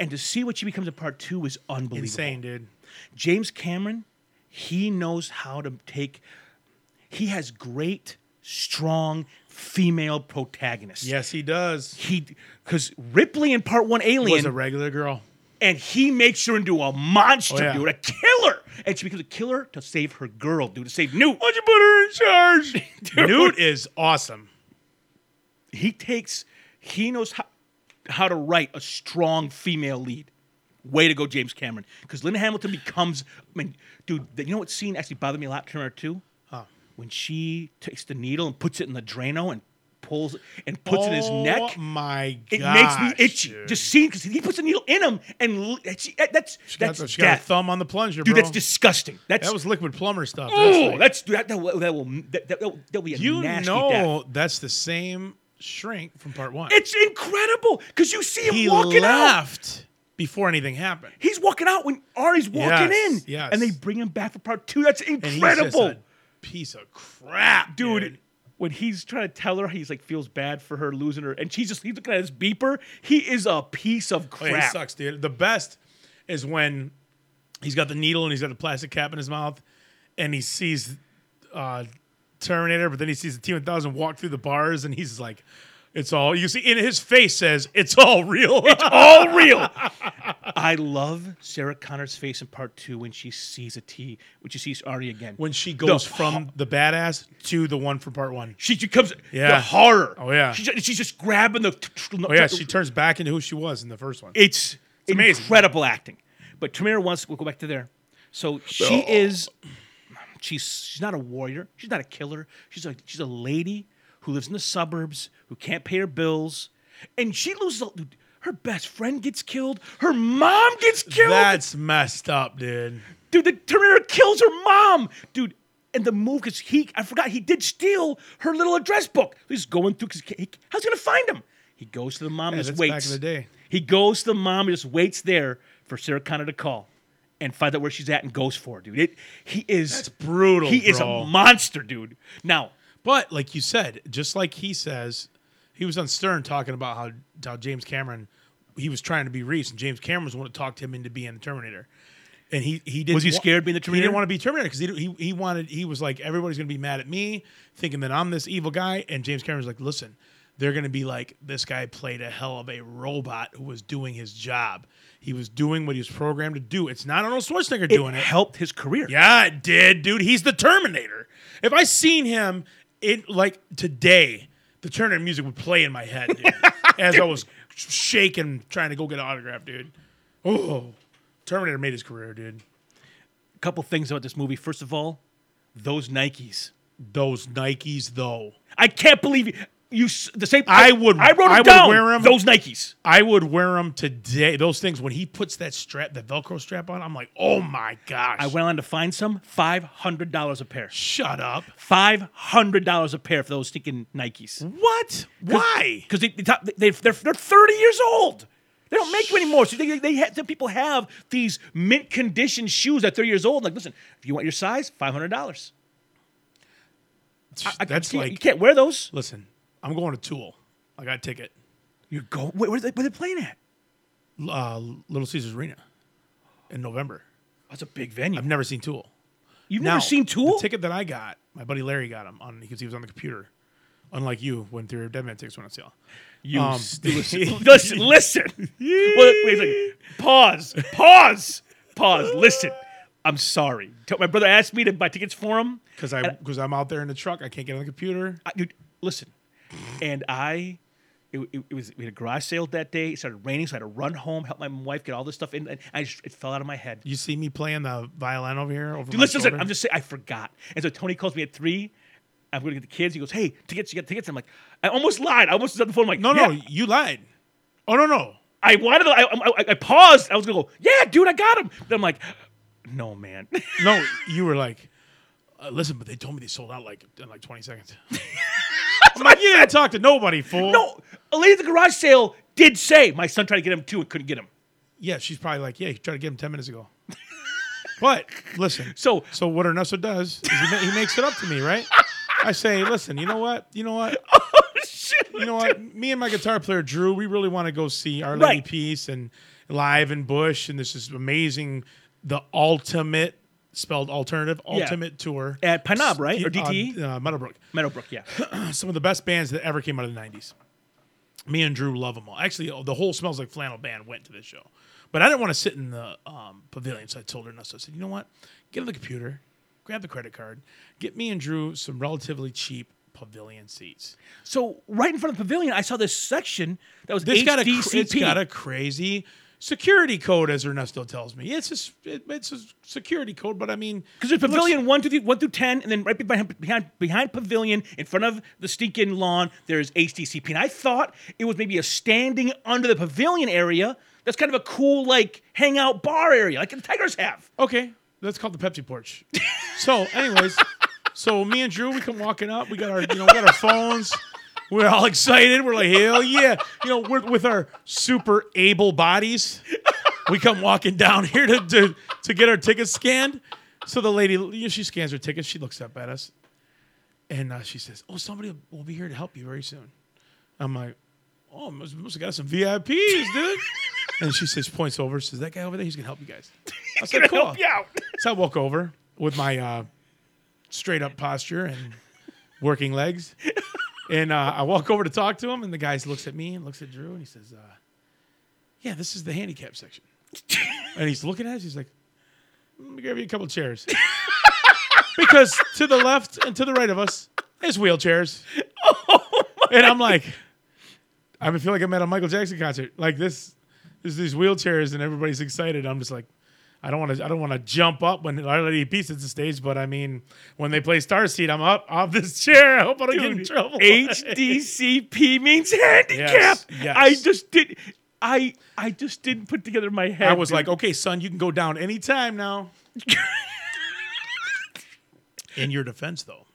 Speaker 1: and to see what she becomes in part two is unbelievable
Speaker 2: Insane, dude.
Speaker 1: james cameron he knows how to take he has great strong female protagonists
Speaker 2: Yes, he does.
Speaker 1: he because ripley in part one alien
Speaker 2: Was a regular girl.
Speaker 1: and he makes her into a monster,
Speaker 2: Oh, yeah.
Speaker 1: dude, a killer. And she becomes a killer to save her girl, dude, to save Newt.
Speaker 2: Why'd you put her in charge? Newt is awesome.
Speaker 1: He takes, he knows how, how to write a strong female lead. Way to go, James Cameron. Because Linda Hamilton becomes, I mean, dude, you know what scene actually bothered me a lot, Terminator 2?
Speaker 2: Huh.
Speaker 1: When she takes the needle and puts it in the Drano and pulls and puts it in his neck.
Speaker 2: Oh my god.
Speaker 1: It makes me itchy. Just seeing because he puts a needle in him, and l- that's that's
Speaker 2: got,
Speaker 1: that's
Speaker 2: the, she got a
Speaker 1: death.
Speaker 2: thumb on the plunger,
Speaker 1: dude.
Speaker 2: bro.
Speaker 1: That's disgusting. That's
Speaker 2: that was liquid plumber stuff. That's
Speaker 1: Oh,
Speaker 2: like-
Speaker 1: that's that, that will that will that, that, will- that'll be a
Speaker 2: you
Speaker 1: nasty
Speaker 2: know
Speaker 1: death.
Speaker 2: that's the same shrink from part one.
Speaker 1: It's incredible because you see him
Speaker 2: he
Speaker 1: walking out.
Speaker 2: left before anything happened.
Speaker 1: He's walking out when Ari's walking
Speaker 2: Yes,
Speaker 1: in,
Speaker 2: yes.
Speaker 1: and they bring him back for part two. That's
Speaker 2: And He's
Speaker 1: incredible,
Speaker 2: just a piece of crap,
Speaker 1: dude.
Speaker 2: dude.
Speaker 1: When he's trying to tell her, he's like feels bad for her losing her, and she's just he's looking at his beeper. He is a piece of
Speaker 2: Oh, yeah,
Speaker 1: crap.
Speaker 2: he sucks, dude. The best is when he's got the needle and he's got a plastic cap in his mouth, and he sees uh, Terminator, but then he sees the T one thousand walk through the bars, and he's like, "It's all." You see, in his face says, "It's all real."
Speaker 1: all real. I love Sarah Connor's face in part two when she sees a T, when she sees Ari again.
Speaker 2: when she goes from the badass to the one from part one.
Speaker 1: She becomes the
Speaker 2: Yeah.
Speaker 1: horror.
Speaker 2: Oh, yeah.
Speaker 1: She ju- she's just grabbing the.
Speaker 2: Oh yeah, she turns back into who she was in the first one.
Speaker 1: it's,
Speaker 2: amazing.
Speaker 1: incredible acting. But Tamira wants. We'll go back to there. So she is. She's she's not a warrior. She's not a killer. She's a she's a lady who lives in the suburbs who can't pay her bills, and she loses. all- dude, Her best friend gets killed. Her mom gets killed.
Speaker 2: That's messed up, dude.
Speaker 1: Dude, the Terminator kills her mom. Dude, and the move because he, I forgot, he did steal her little address book. He's going through because he, how's he gonna find him? He goes to the mom and just
Speaker 2: that's
Speaker 1: waits.
Speaker 2: back in the day.
Speaker 1: He goes to the mom and just waits there for Sarah Connor to call and find out where she's at and goes for her, dude. It, he is
Speaker 2: That's brutal.
Speaker 1: He is a
Speaker 2: bro.
Speaker 1: monster, dude. Now,
Speaker 2: But like you said, just like he says, he was on Stern talking about how how James Cameron he was trying to be Reese, and James Cameron was the one that talked him into being the Terminator. And he he didn't
Speaker 1: Was he
Speaker 2: wa-
Speaker 1: scared being the
Speaker 2: He
Speaker 1: Terminator?
Speaker 2: didn't want to be Terminator because he, he he wanted he was like everybody's gonna be mad at me, thinking that I'm this evil guy. And James Cameron was like, listen, they're gonna be like this guy played a hell of a robot who was doing his job. He was doing what he was programmed to do. It's not Arnold Schwarzenegger doing it.
Speaker 1: helped his career.
Speaker 2: Yeah, it did, dude. He's the Terminator. If I seen him in like today, the Terminator music would play in my head, dude, as I was shaking trying to go get an autograph, dude. Oh, Terminator made his career, dude.
Speaker 1: A couple things about this movie. First of all, those Nikes.
Speaker 2: Those Nikes, though,
Speaker 1: I can't believe you. you s- the same.
Speaker 2: I would-
Speaker 1: I wrote
Speaker 2: I
Speaker 1: it
Speaker 2: would
Speaker 1: down.
Speaker 2: wear 'em.
Speaker 1: Those Nikes.
Speaker 2: I would wear them today. Those things when he puts that strap, that Velcro strap on, I'm like, oh my gosh.
Speaker 1: I went on to find some. Five hundred dollars a pair.
Speaker 2: Shut up.
Speaker 1: Five hundred dollars a pair for those stinking Nikes.
Speaker 2: What? Why?
Speaker 1: Because they, they, top- they they're they're thirty years old. They don't make them anymore. So they, they, they have, some people have these mint condition shoes at thirty years old. Like, listen, if you want your size, five hundred dollars.
Speaker 2: That's
Speaker 1: you
Speaker 2: like,
Speaker 1: can't wear those.
Speaker 2: listen, I'm going to Tool. I got a ticket.
Speaker 1: You go. Where, where, they, where they playing at?
Speaker 2: uh, Little Caesars Arena in November.
Speaker 1: That's a big venue.
Speaker 2: I've never seen Tool.
Speaker 1: You've
Speaker 2: Now,
Speaker 1: never seen Tool?
Speaker 2: The ticket that I got, my buddy Larry got him on because he was on the computer. Unlike you, when Theory of Dead Man tickets went on sale.
Speaker 1: You
Speaker 2: Um,
Speaker 1: st- listen, listen, listen. Well, wait a second. Pause. Pause. Pause. Listen. I'm sorry. Tell- My brother asked me to buy tickets for him.
Speaker 2: Because I because I'm out there in the truck, I can't get on the computer.
Speaker 1: I, dude, listen. And I, it, it, it was we had a garage sale that day. It started raining, so I had to run home, help my wife get all this stuff in, and I just it fell out of my head.
Speaker 2: You see me playing the violin over here? Over
Speaker 1: Dude,
Speaker 2: my
Speaker 1: listen, listen.
Speaker 2: shoulder?
Speaker 1: I'm just saying I forgot. And so Tony calls me at three. I'm going to get the kids. He goes, "Hey, tickets! You got tickets?" I'm like, I almost lied. I almost was on the phone. I'm like,
Speaker 2: no,
Speaker 1: "Yeah,
Speaker 2: no, you lied. Oh no, no.
Speaker 1: I wanted. To, I, I, I paused. I was gonna go. Yeah, dude, I got him. Then I'm like, no, man.
Speaker 2: No, you were like, uh, listen, but they told me they sold out like in like 20 seconds. I'm like, you didn't talk to nobody, fool.
Speaker 1: no, a lady at the garage sale did say my son tried to get him too and couldn't get him.
Speaker 2: Yeah, she's probably like, yeah, he tried to get him 10 minutes ago. but listen,
Speaker 1: So
Speaker 2: so what Ernesto does is he, ma- he makes it up to me, right? I say, listen, you know what? You know what?
Speaker 1: Oh,
Speaker 2: You know what? Me and my guitar player Drew, we really want to go see Our Lady
Speaker 1: Right.
Speaker 2: Peace and live in Bush, and this is amazing, the ultimate spelled alternative ultimate tour
Speaker 1: At Panab, right?
Speaker 2: Yeah,
Speaker 1: Or E? DTE?
Speaker 2: on, uh, Meadowbrook.
Speaker 1: Meadowbrook, yeah,
Speaker 2: Some of the best bands that ever came out of the '90s. Me and Drew love them all. Actually, oh, the whole Smells Like Flannel band went to this show, but I didn't want to sit in the um, pavilion, so I told her no. So I said, you know what? Get on the computer, grab the credit card, get me and Drew some relatively cheap pavilion seats.
Speaker 1: So right in front of the pavilion, I saw this section that was
Speaker 2: This got a cr-
Speaker 1: HDCP.
Speaker 2: it's got a crazy security code, as Ernesto tells me. It's just it, it's a security code, but I mean,
Speaker 1: because there's
Speaker 2: it looks-
Speaker 1: pavilion one through the, one through ten, and then right behind, behind behind pavilion, in front of the stinking lawn, there's HDCP. And I thought it was maybe a standing under the pavilion area. That's kind of a cool like hangout bar area, like the Tigers have.
Speaker 2: Okay, that's called the Pepsi porch. so, anyways, so me and Drew, we come walking up. We got our, you know, we got our phones. We're all excited. We're like, hell yeah! You know, we're, with our super able bodies, we come walking down here to to, to get our tickets scanned. So the lady, you know, she scans her tickets. She looks up at us, and uh, she says, "Oh, somebody will be here to help you very soon." I'm like, "Oh, must, must have got some VIPs, dude." and she says, points over, says, "That guy over there, he's gonna help you guys." I said, "Cool."
Speaker 1: Help you out.
Speaker 2: So I walk over with my uh, straight up posture and working legs. And uh, I walk over to talk to him, and the guy looks at me and looks at Drew, and he says, uh, Yeah, this is the handicap section. and he's looking at us, he's like, Let me grab you a couple chairs. because to the left and to the right of us, there's wheelchairs. and I'm like, I feel like I'm at a Michael Jackson concert. Like this, there's these wheelchairs, and everybody's excited. I'm just like, I don't want to. I don't want to jump up when Our Lady of Peace hits the stage, but I mean, when they play Star Seed, I'm up off this chair. I hope I don't get in trouble.
Speaker 1: HDCP means handicap.
Speaker 2: Yes, yes.
Speaker 1: I just did. I I just didn't put together in my head.
Speaker 2: I was
Speaker 1: dude.
Speaker 2: like, okay, son, you can go down anytime now. in your defense, though,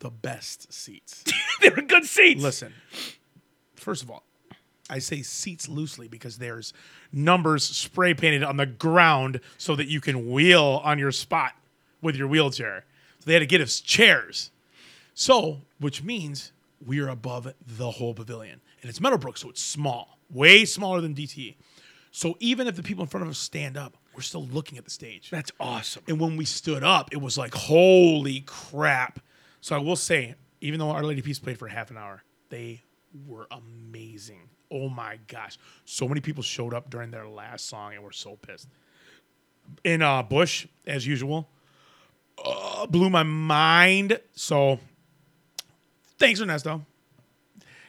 Speaker 2: the best seats.
Speaker 1: they were good seats.
Speaker 2: Listen, first of all, I say seats loosely because there's numbers spray painted on the ground so that you can wheel on your spot with your wheelchair. So they had to get us chairs. So, which means we are above the whole pavilion. And it's Meadowbrook, so it's small, way smaller than DTE. So even if the people in front of us stand up, we're still looking at the stage.
Speaker 1: That's awesome.
Speaker 2: And when we stood up, it was like, holy crap. So I will say, even though Our Lady of Peace played for half an hour, they were amazing. Oh my gosh. So many people showed up during their last song and were so pissed. In uh, Bush, as usual, uh, blew my mind. So thanks, Ernesto.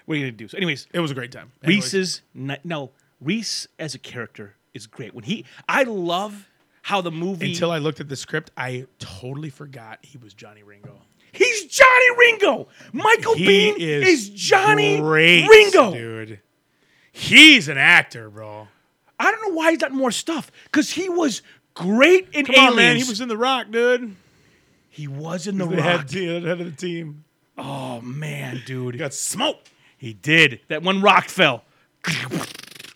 Speaker 1: What are you gonna do? So, anyways,
Speaker 2: It was a great time.
Speaker 1: Reese's ni- no Reese as a character is great. When he, I love how the movie
Speaker 2: Until I looked at the script, I totally forgot he was Johnny Ringo.
Speaker 1: he's Johnny Ringo. Michael Bean is, Johnny
Speaker 2: great,
Speaker 1: Ringo.
Speaker 2: dude. He's an actor, bro.
Speaker 1: I don't know why he's not more stuff because he was great in
Speaker 2: Come
Speaker 1: Aliens.
Speaker 2: on, man. He was in The Rock, dude.
Speaker 1: He was in the
Speaker 2: The
Speaker 1: Rock.
Speaker 2: head, the head of the team.
Speaker 1: Oh man, dude,
Speaker 2: Got smoked.
Speaker 1: he did. That one rock fell.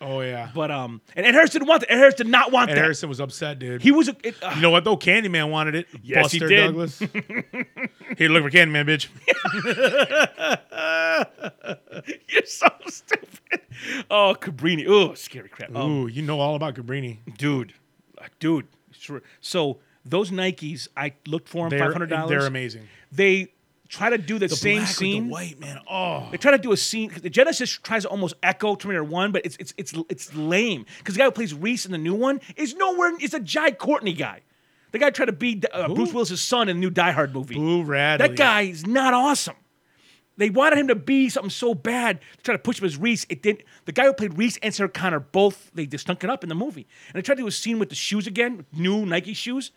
Speaker 2: Oh yeah.
Speaker 1: But um, and Ed Harris didn't want that. Ed Harris did not want
Speaker 2: And
Speaker 1: that.
Speaker 2: Harrison was upset, dude.
Speaker 1: He was a. It, uh,
Speaker 2: you know what though? Candyman wanted it.
Speaker 1: Yes, he
Speaker 2: Buster
Speaker 1: did.
Speaker 2: Douglas. Here, look for Candyman, bitch.
Speaker 1: you're so stupid. Oh, Cabrini. Oh, scary crap. Um,
Speaker 2: Ooh, you know all about Cabrini.
Speaker 1: dude, Uh, dude. Sure. So those Nikes, I looked for them.
Speaker 2: They're,
Speaker 1: Five hundred
Speaker 2: they're
Speaker 1: dollars.
Speaker 2: amazing.
Speaker 1: They try to do the, same
Speaker 2: Black with
Speaker 1: scene.
Speaker 2: the white man. Oh,
Speaker 1: They try to do a scene. 'cause The Genesis tries to almost echo Terminator One, but it's it's it's it's lame because the guy who plays Reese in the new one is nowhere. Is a Jai Courtney guy. The guy tried to be uh, Bruce Willis' son in the new Die Hard movie.
Speaker 2: Boo Radley.
Speaker 1: That guy is not awesome. They wanted him to be something so bad. They tried to push him as Reese. It didn't. The guy who played Reese and Sarah Connor both they just stunk it up in the movie. And they tried to do a scene with the shoes again, with new Nike shoes.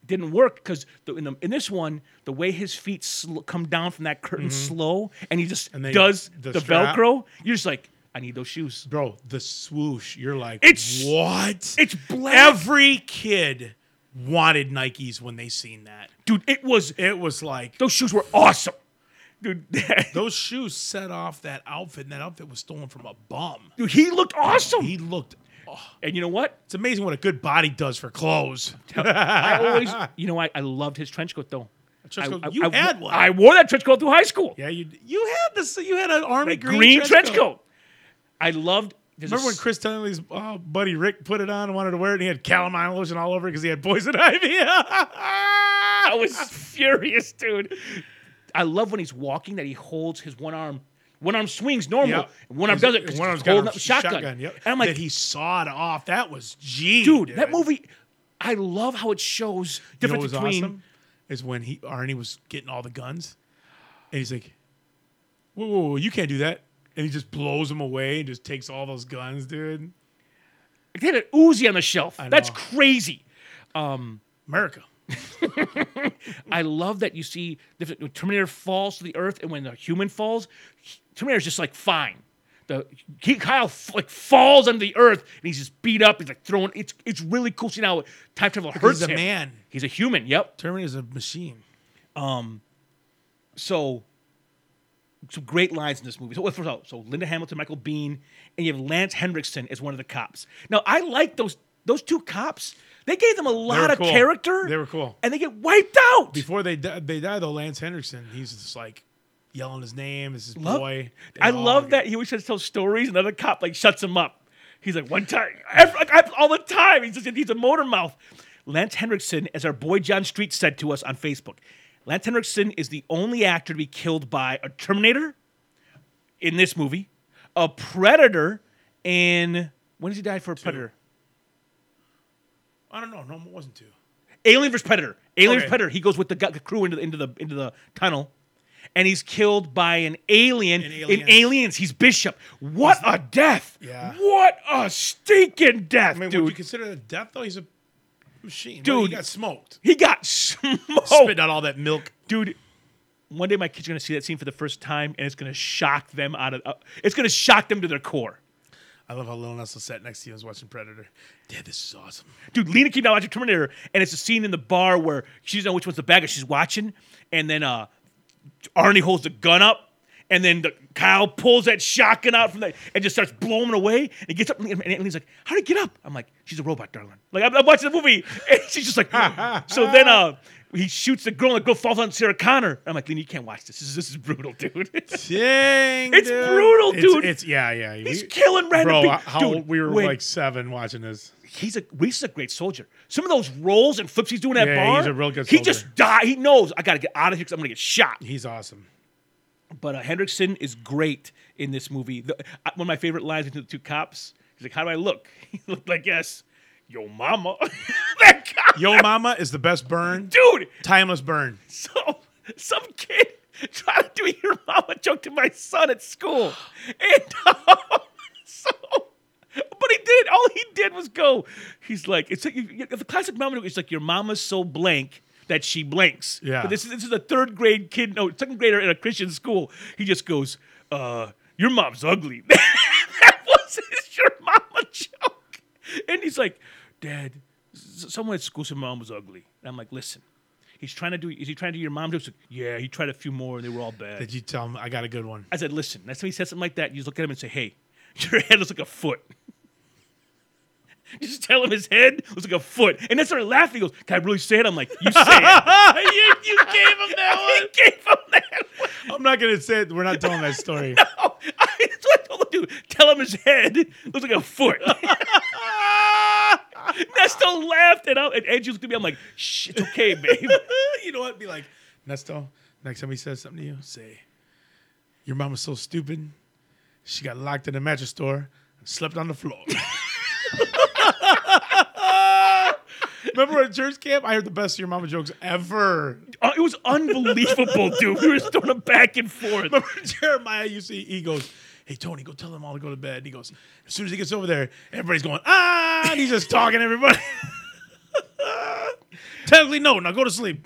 Speaker 1: It didn't work because in, the- in this one, the way his feet sl- come down from that curtain slow, Mm-hmm. and he just
Speaker 2: they-
Speaker 1: does the,
Speaker 2: the strap.
Speaker 1: Velcro. You're just like, I need those shoes.
Speaker 2: bro, the swoosh. You're like,
Speaker 1: It's-
Speaker 2: what?
Speaker 1: It's black,
Speaker 2: Every kid wanted Nikes when they seen that.
Speaker 1: dude. It was
Speaker 2: It was like
Speaker 1: those shoes were awesome, dude.
Speaker 2: those shoes set off that outfit, and that outfit was stolen from a bum.
Speaker 1: dude, he looked awesome.
Speaker 2: He looked. oh,
Speaker 1: and you know what?
Speaker 2: it's amazing what a good body does for clothes.
Speaker 1: I always, you know, I, I loved his trench coat though.
Speaker 2: trench
Speaker 1: I-
Speaker 2: coat-
Speaker 1: I-
Speaker 2: you
Speaker 1: I-
Speaker 2: had one.
Speaker 1: I wore that trench coat through high school.
Speaker 2: yeah, you you had this. You had an army
Speaker 1: That
Speaker 2: green,
Speaker 1: trench, coat. I loved. there's a
Speaker 2: Remember when
Speaker 1: s-
Speaker 2: Chris Tenley's uh, buddy Rick put it on and wanted to wear it, and he had calamine lotion all over because he had poison ivy.
Speaker 1: I was furious, dude. I love when he's walking that he holds his one arm. One arm swings normal,
Speaker 2: Yep.
Speaker 1: and one arm
Speaker 2: He's-
Speaker 1: doesn't. 'cause
Speaker 2: and One
Speaker 1: he's
Speaker 2: of them's
Speaker 1: holding
Speaker 2: got
Speaker 1: up
Speaker 2: a
Speaker 1: a shotgun.
Speaker 2: yep.
Speaker 1: And I'm like,
Speaker 2: that he sawed off. That was G,
Speaker 1: dude, that movie. I love how it shows
Speaker 2: You know
Speaker 1: difference
Speaker 2: what was
Speaker 1: between.
Speaker 2: awesome is when he Arnie was getting all the guns, and he's like, "Whoa, whoa, whoa you can't do that!" And he just blows him away and just takes all those guns, dude.
Speaker 1: They had an Uzi on the shelf. That's
Speaker 2: know.
Speaker 1: crazy.
Speaker 2: America.
Speaker 1: I love that you see the when Terminator falls to the earth, and when the human falls, he- Terminator's just like fine. The he, Kyle f- like falls under the earth, and he's just beat up. He's like thrown. It's it's really cool seeing how time travel hurts
Speaker 2: He's a
Speaker 1: him.
Speaker 2: man.
Speaker 1: He's a human. Yep.
Speaker 2: Terminator's a machine.
Speaker 1: So some great lines in this movie. So well, first of all, so Linda Hamilton, Michael Bean, and you have Lance Hendrickson as one of the cops. Now I like those those two cops. They gave them a lot
Speaker 2: were
Speaker 1: of
Speaker 2: cool.
Speaker 1: character.
Speaker 2: They were cool.
Speaker 1: and they get wiped out.
Speaker 2: Before they di- they die, though, Lance Henderson, he's just like yelling his name. This is
Speaker 1: Love-
Speaker 2: boy.
Speaker 1: I
Speaker 2: and all
Speaker 1: love that he always tries to tell stories, and the other cop like shuts him up. He's like one time, every, like, I- all the time. He's just he's a motor mouth. Lance Henriksen, as our boy John Street said to us on Facebook, Lance Henriksen is the only actor to be killed by a Terminator in this movie, a Predator, and when does he die for a Predator?
Speaker 2: I don't know. No, it wasn't two.
Speaker 1: Alien vs Predator. Alien vs
Speaker 2: Okay.
Speaker 1: Predator. He goes with the gu- crew into the into the into the tunnel, and he's killed by an alien.
Speaker 2: In
Speaker 1: In
Speaker 2: Aliens.
Speaker 1: aliens, he's Bishop. What a death!
Speaker 2: Yeah.
Speaker 1: What a stinking death,
Speaker 2: I mean,
Speaker 1: dude.
Speaker 2: would you consider that death though? He's a machine. Well,
Speaker 1: Dude. Oh.
Speaker 2: he got smoked.
Speaker 1: he got smoked,
Speaker 2: Spitting out all that milk.
Speaker 1: dude. One day my kids are gonna see that scene for the first time, and it's gonna shock them out of. Uh, it's gonna shock them to their core.
Speaker 2: I love how Lil Nas was sat next to you and was watching Predator. Dad, this is awesome.
Speaker 1: Dude, Lena keep now watching Terminator, and it's a scene in the bar where she doesn't know which one's the bad guy she's watching, and then uh, Arnie holds the gun up, and then the, Kyle pulls that shotgun out from that and just starts blowing it away, and gets up, and, and Lena's like, "How did he get up?" I'm like, "She's a robot, darling." Like I'm, I'm watching the movie, and she's just like, "So then, uh, he shoots the girl and the girl falls on Sarah Connor. I'm like, Lena, you can't watch this. This is, this is brutal, dude. it's
Speaker 4: Dang, dude.
Speaker 1: brutal,
Speaker 2: It's,
Speaker 1: dude.
Speaker 2: it's yeah, yeah. we-
Speaker 1: he's killing random
Speaker 2: bro,
Speaker 1: people.
Speaker 2: how
Speaker 1: dude,
Speaker 2: old we were
Speaker 1: when-
Speaker 2: like seven watching this.
Speaker 1: he's a Reese is a great soldier. Some of those rolls and flips he's doing at
Speaker 2: Yeah,
Speaker 1: bar,
Speaker 2: he's a real good
Speaker 1: He just
Speaker 2: soldier.
Speaker 1: die. He knows I got to get out of here because I'm gonna get shot.
Speaker 2: He's awesome.
Speaker 1: But uh, Hendrickson is great in this movie. The, uh, one of my favorite lines into the two cops. He's like, "How do I look?" He looked like yes, yo mama. that cop,
Speaker 2: Yo, Mama is the best burn.
Speaker 1: dude.
Speaker 2: Timeless burn.
Speaker 1: So some kid tried to do a your mama joke to my son at school, and um, so. But he did. All he did was go. He's like, it's like you- you- the classic mom. It's like your mama's so blank that she blanks.
Speaker 2: Yeah.
Speaker 1: But this is this is a third grade kid, no second grader in a Christian school. He just goes, uh, "Your mom's ugly." that was his your mama joke. And he's like, "Dad, s- someone at school said my mom was ugly." And I'm like, "Listen." He's trying to do. Is he trying to do your mom jokes? Yeah, he tried a few more and they were all bad.
Speaker 2: Did you tell him I got a good one?
Speaker 1: I said, listen, next time he says something like that, you just look at him and say, hey, your head looks like a foot. Just tell him his head looks like a foot. And then started laughing. He goes, Can I really say it? I'm like, You say it.
Speaker 2: you, you gave him
Speaker 1: he gave him that. one.
Speaker 2: I'm not gonna say it. We're not telling that story.
Speaker 1: Oh, I, that's what I told the dude. Tell him his head looks like a foot. Nesto laughed and, I, and Andrew looked at me. I'm like, Shh, it's okay, babe.
Speaker 2: you know what? Be like, Nesto, next time he says something to you, say, Your mom was so stupid. She got locked in a mattress store and slept on the floor. Remember at church camp, I heard the best of your mama jokes ever.
Speaker 1: Uh, it was unbelievable, dude. We were just throwing it back and forth.
Speaker 2: Remember Jeremiah used to, he goes, Hey, Tony, go tell them all to go to bed. And he goes, As soon as he gets over there, everybody's going, Ah, and he's just talking to everybody. Technically, no, now go to sleep.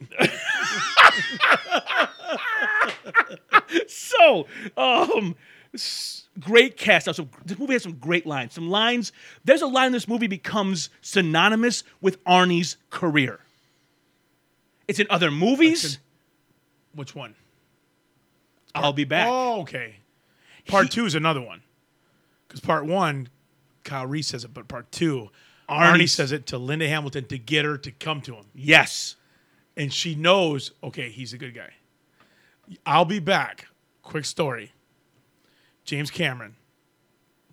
Speaker 1: So, um, s- great cast. Also, this movie has some great lines. Some lines. There's a line in this movie becomes synonymous with Arnie's career. It's in other movies.
Speaker 2: Which one?
Speaker 1: I'll be back.
Speaker 2: Oh, okay. Part two is another one. Because part one, Kyle Reese says it, but part two, Arnie,
Speaker 1: Arnie's-
Speaker 2: says it to Linda Hamilton to get her to come to him.
Speaker 1: Yes.
Speaker 2: And she knows, okay, he's a good guy. I'll be back. Quick story. James Cameron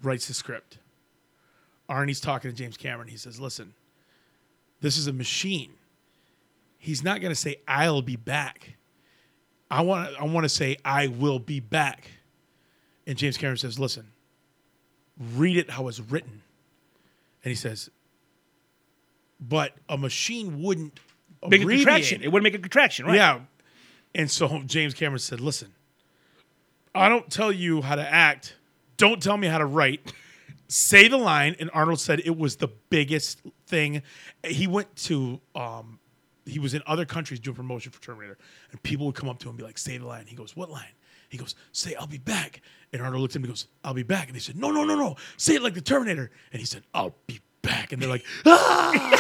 Speaker 2: writes the script. Arnie's talking to James Cameron. He says, listen, this is a machine. He's not going to say, I'll be back. I want to I want to say I will be back. And James Cameron says, "Listen. Read it how it's written." And he says, "But a machine wouldn't
Speaker 1: Make a
Speaker 2: abbreviate
Speaker 1: contraction. It would make a contraction, right?
Speaker 2: yeah. And so James Cameron said, listen, I don't tell you how to act. Don't tell me how to write. Say the line. And Arnold said it was the biggest thing. He went to, um, he was in other countries doing promotion for Terminator. And people would come up to him and be like, say the line. He goes, what line? He goes, say, I'll be back. And Arnold looked at him and goes, I'll be back. And they said, no, no, no, no. Say it like the Terminator. And he said, I'll be back. And they're like, ah.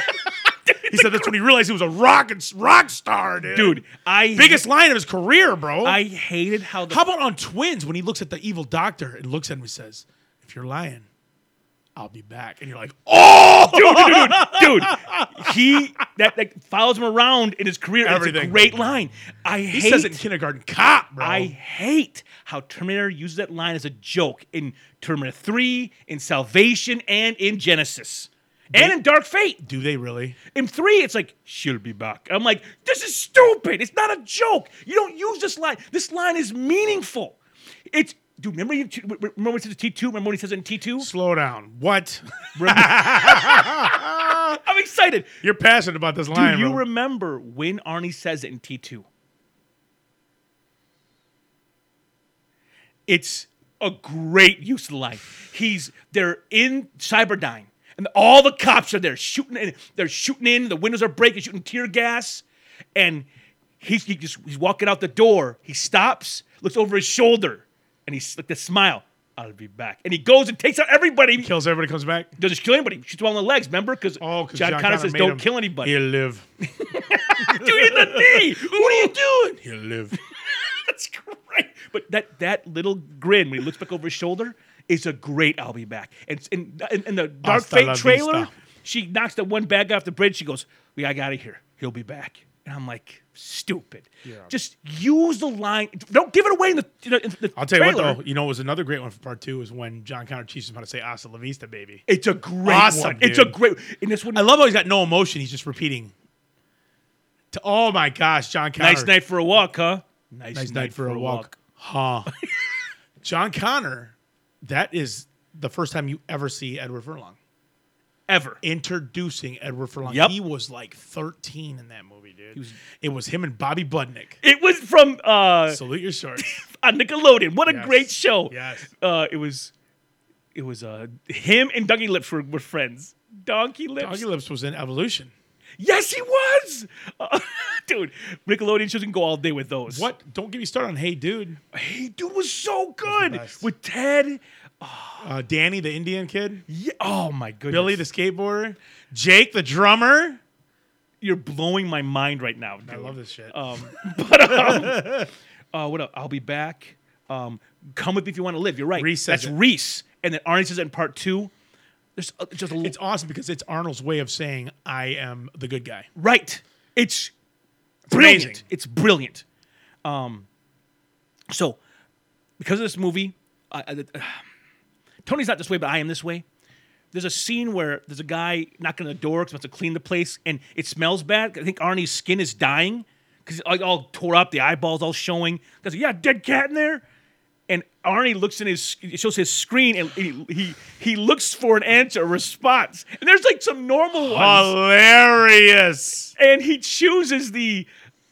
Speaker 2: He said that's when he realized he was a rock, rock star, dude
Speaker 1: Dude, I
Speaker 2: biggest line of his career, bro.
Speaker 1: I hated how the
Speaker 2: How about on Twins when he looks at the evil doctor and looks at him and says, "If you're lying, I'll be back." And you're like, "Oh,
Speaker 1: dude, dude, dude, dude. he that, that follows him around in his career. and It's a
Speaker 2: Everything.
Speaker 1: great line. I
Speaker 2: he
Speaker 1: hate
Speaker 2: says it in Kindergarten Cop, bro."
Speaker 1: I hate how Terminator uses that line as a joke in Terminator 3, in Salvation, and in Genesis. And in Dark Fate.
Speaker 2: Do they really?
Speaker 1: In 3, it's like, she'll be back. I'm like, this is stupid. It's not a joke. You don't use this line. This line is meaningful. It's, dude, remember, you, remember when he says it in T2? Remember when he says it in T2?
Speaker 2: Slow down. What?
Speaker 1: I'm excited.
Speaker 2: You're passionate about this
Speaker 1: Do
Speaker 2: line,
Speaker 1: you
Speaker 2: bro.
Speaker 1: remember when Arnie says it in T2? It's a great use of the line. He's they're in Cyberdyne, and all the cops are there shooting in. They're shooting in. The windows are breaking, shooting tear gas, and he's he just he's walking out the door. He stops, looks over his shoulder, and he's like the smile. I'll be back, and he goes and takes out everybody.
Speaker 2: Kills everybody, comes back.
Speaker 1: Doesn't kill anybody. Shoots him on the legs. Remember, because
Speaker 2: Oh, 'cause
Speaker 1: John, Connor says,
Speaker 2: made
Speaker 1: "Don't
Speaker 2: him-
Speaker 1: kill anybody."
Speaker 2: He'll live.
Speaker 1: Dude, in the knee. What are you doing?
Speaker 2: He'll live.
Speaker 1: That's great. But that that little grin when he looks back over his shoulder is a great "I'll be back." And in, in, in the Dark
Speaker 2: Hasta la
Speaker 1: Fate trailer,
Speaker 2: vista.
Speaker 1: she knocks the one bad guy off the bridge. She goes, "We I got out of here. He'll be back." And I'm like, stupid. Just use the line. Don't give it away in the. In the, in the
Speaker 2: I'll tell you
Speaker 1: trailer.
Speaker 2: what though, you know, it was another great one for part two is when John Connor teaches him how to say "Hasta la vista, baby."
Speaker 1: It's a great
Speaker 2: Awesome,
Speaker 1: one. It's a
Speaker 2: dude.
Speaker 1: great. And this one,
Speaker 2: I love how he's got no emotion; he's just repeating. To, oh my gosh, John Connor!
Speaker 1: nice night for a walk, huh? Nice,
Speaker 2: nice night for a walk, huh? John Connor, that is the first time you ever see Edward Furlong
Speaker 1: Ever.
Speaker 2: introducing Edward Furlong.
Speaker 1: Yep.
Speaker 2: He was like 13 in that movie, dude. it was him and Bobby Budnick.
Speaker 1: It was from uh,
Speaker 2: Salute your shorts.
Speaker 1: on Nickelodeon. What a
Speaker 2: Yes.
Speaker 1: great show!
Speaker 2: Yes.
Speaker 1: Uh, it was, it was uh, him and Dougie Lips were, were friends. Donkey Lips.
Speaker 2: Doggy Lips was in Evolution.
Speaker 1: Yes, he was. Uh, dude, Nickelodeon shows can go all day with those.
Speaker 2: What? Don't get me started on Hey Dude.
Speaker 1: Hey, dude was so good
Speaker 2: best.
Speaker 1: with Ted.
Speaker 2: Uh, Danny, the Indian kid.
Speaker 1: Yeah. Oh my goodness,
Speaker 2: Billy, the skateboarder. Jake, the drummer.
Speaker 1: you're blowing my mind right now. Dude.
Speaker 2: I love this shit.
Speaker 1: Uh, what up? I'll be back. Um, come with me if you want to live. You're right.
Speaker 2: Reese says
Speaker 1: That's
Speaker 2: it.
Speaker 1: Reese, and then Arnie says it in part two. There's uh, just a little
Speaker 2: it's awesome because it's Arnold's way of saying, I am the good guy.
Speaker 1: Right. It's brilliant.
Speaker 2: amazing.
Speaker 1: It's brilliant. Um, so, because of this movie, I, I, uh, Tony's not this way, but I am this way. There's a scene where there's a guy knocking on the door because he wants to clean the place, and it smells bad. I think Arnie's skin is dying because like all tore up, the eyeballs all showing. Because yeah, dead cat in there. And Arnie looks in his it shows his screen, and he he, he looks for an answer, a response. And there's like some normal ones
Speaker 2: Hilarious.
Speaker 1: and he chooses the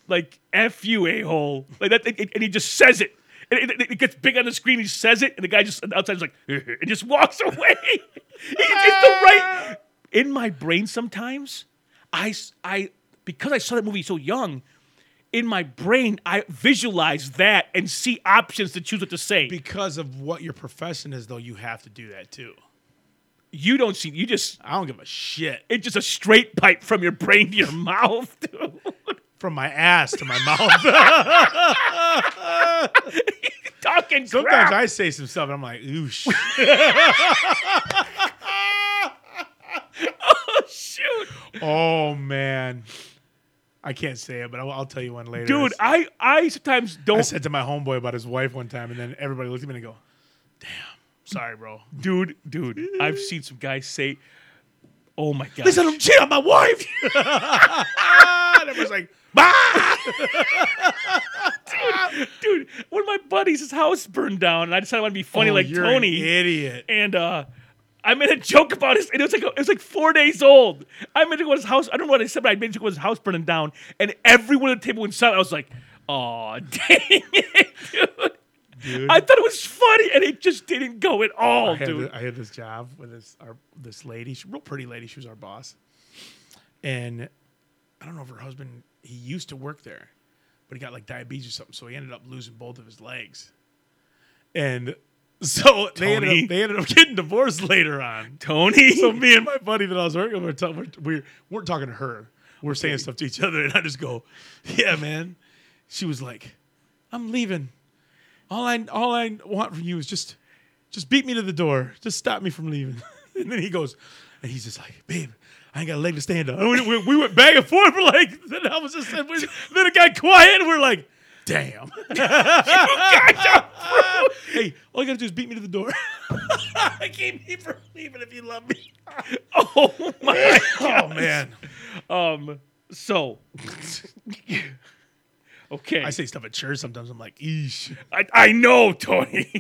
Speaker 1: like "f you a hole" like that, and- and he just says it. And it, it- it gets big on the screen. He says it, and the guy just on the outside is like, and just walks away. He- it's the right in my brain. Sometimes I s- I- because I saw that movie so young. In my brain, I visualize that and see options to choose what to say.
Speaker 2: Because of what your profession is, though, you have to do that too.
Speaker 1: you don't see. You just
Speaker 2: I don't give a shit.
Speaker 1: it's just a straight pipe from your brain to your mouth. Dude.
Speaker 2: From my ass to my mouth.
Speaker 1: Talking crap.
Speaker 2: Sometimes I say some stuff and I'm like, oosh.
Speaker 1: Shoot.
Speaker 2: oh, man. I can't say it, but I'll, I'll tell you one later.
Speaker 1: dude i i sometimes don't
Speaker 2: I said to my homeboy about his wife one time, and then everybody looked at me and they go, "Damn, sorry, bro."
Speaker 1: dude dude i've seen some guys say oh my god
Speaker 2: Listen, I'm cheating on my wife. and everyone's like,
Speaker 1: dude one of my buddies his house burned down and i decided i want to be funny
Speaker 2: "Oh,
Speaker 1: like
Speaker 2: you're
Speaker 1: tony
Speaker 2: an idiot."
Speaker 1: and uh I made a joke about his, and it was like it was like four days old. I made a joke about his house. I don't know what I said, but I made a joke about his house burning down, and everyone at the table went silent. I was like, "Aw, dang it, dude.
Speaker 2: Dude.
Speaker 1: I thought it was funny, and it just didn't go at all,
Speaker 2: I had,
Speaker 1: dude.
Speaker 2: thi- I had this job with this our, this lady, she, real pretty lady. She was our boss, and I don't know if her husband he used to work there, but he got like diabetes or something, so he ended up losing both of his legs, and so they ended
Speaker 1: Tony.
Speaker 2: up, they ended up getting divorced later on.
Speaker 1: Tony,
Speaker 2: So me and my buddy that I was working with, were t- we weren't talking to her. We're saying stuff to each other, and I just go, "Yeah, man." She was like, "I'm leaving. All I all I want from you is just, just beat me to the door. Just stop me from leaving." and then he goes, and he's just like, "Babe, I ain't got a leg to stand on." And we, we, we went back and forth for like. Then I was just then it got quiet, and we're like, "Damn." hey, all you gotta do is beat me to the door. I can't keep from leaving if you love me.
Speaker 1: oh my
Speaker 2: Oh man.
Speaker 1: Um. So. okay.
Speaker 2: I say stuff at church sometimes. I'm like, eesh.
Speaker 1: I, I know, Tony.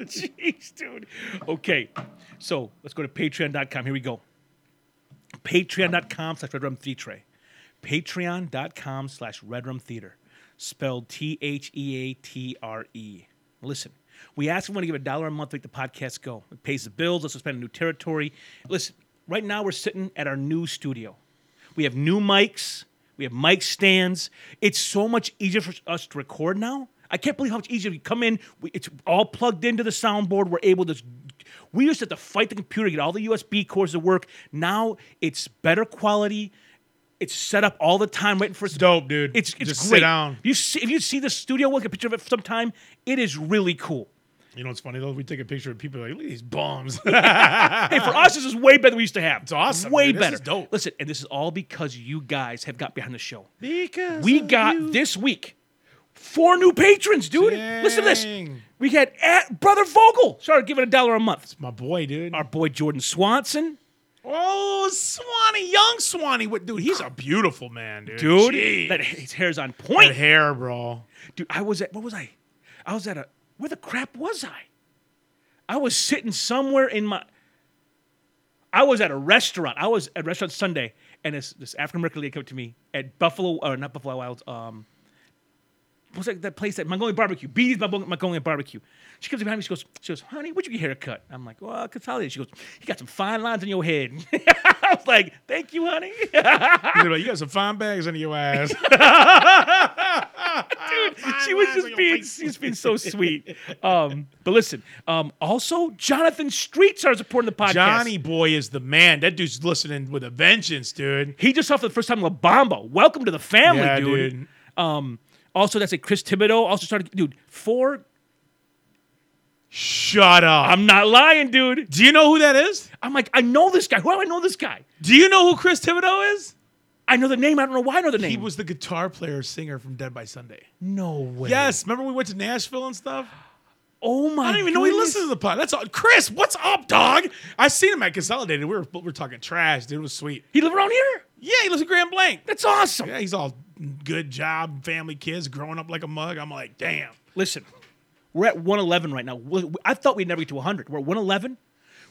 Speaker 1: Jeez, dude. Okay. So let's go to patreon.com. Here we go. Patreon.com slash Red Rum Theatre. Patreon.com slash Red Rum Theater. Spelled T H E A T R E. Listen, we ask if you want to give a dollar a month to make the podcast go. It pays the bills, let's expand a new territory. Listen, right now we're sitting at our new studio. We have new mics. We have mic stands. It's so much easier for us to record now. I can't believe how much easier we come in. We, it's all plugged into the soundboard. We're able to. We used to have to fight the computer to get all the USB cores to work. Now it's better quality. It's set up all the time, waiting for us.
Speaker 2: Dope, dude.
Speaker 1: It's it's
Speaker 2: Just
Speaker 1: great.
Speaker 2: sit down.
Speaker 1: You see, if you see the studio, look at a picture of it sometime. It is really cool.
Speaker 2: You know what's funny though? We take a picture of people like, look at these bums.
Speaker 1: Hey, for us, this is way better than we used to have. It's
Speaker 2: awesome,
Speaker 1: Way
Speaker 2: dude. This
Speaker 1: better.
Speaker 2: is dope.
Speaker 1: Listen, and this is all because you guys have got behind the show.
Speaker 2: because
Speaker 1: We got this week four new patrons, dude. Listen to this.
Speaker 2: Dang.
Speaker 1: We had at Brother Vogel started giving a dollar a month.
Speaker 2: my boy, dude.
Speaker 1: Our boy Jordan Swanson,
Speaker 2: Oh, Swanee, young Swanee. What, dude, he's a beautiful man, dude.
Speaker 1: dude.
Speaker 2: Jeez.
Speaker 1: That his hair's on
Speaker 2: That
Speaker 1: point,
Speaker 2: hair, bro.
Speaker 1: dude. I was at what was I? I was at a where the crap was I? I was sitting somewhere in my. I was at a restaurant. I was at a restaurant Sunday, and this this African American lady came up to me at Buffalo or not Buffalo Wild. Um, what's that, that place that Mongolian barbecue? Bee's Mongol- Mongolian barbecue. She comes behind me. She goes, she goes, honey, where'd you get your haircut? I'm like, well, consolidated. She goes, you got some fine lines on your head. I was like, thank you, honey.
Speaker 2: You're like, you got some fine bags under your ass.
Speaker 1: she was
Speaker 2: lines on
Speaker 1: just
Speaker 2: your
Speaker 1: being
Speaker 2: face.
Speaker 1: she was being so sweet. Um, but listen, um, also Jonathan Street started supporting the podcast.
Speaker 2: Johnny boy is the man. That dude's listening with a vengeance, dude.
Speaker 1: he just saw for the first time La Bamba. Welcome to the family,
Speaker 2: Yeah,
Speaker 1: dude.
Speaker 2: dude.
Speaker 1: Um, also that's it. Chris Thibodeau also started, dude. Four.
Speaker 2: Shut up.
Speaker 1: I'm not lying, dude.
Speaker 2: Do you know who that is?
Speaker 1: I'm like, I know this guy. Who do I know this guy?
Speaker 2: Do you know who Chris Thibodeau is?
Speaker 1: I know the name. I don't know why I know the name.
Speaker 2: He was the guitar player singer from Dead by Sunday.
Speaker 1: no way.
Speaker 2: Yes, remember we went to Nashville and stuff?
Speaker 1: Oh my.
Speaker 2: I didn't even know he listened to the pod. That's all. Chris, what's up, dog? I seen him at Consolidated. We were, we were talking trash, dude. It was sweet.
Speaker 1: He lived around here.
Speaker 2: Yeah, he lives in Grand Blanc.
Speaker 1: That's awesome.
Speaker 2: Yeah, he's all good job, family, kids, growing up like a mug. I'm like, damn.
Speaker 1: Listen, we're at 111 right now. We- we- I thought we'd never get to 100. We're at 111.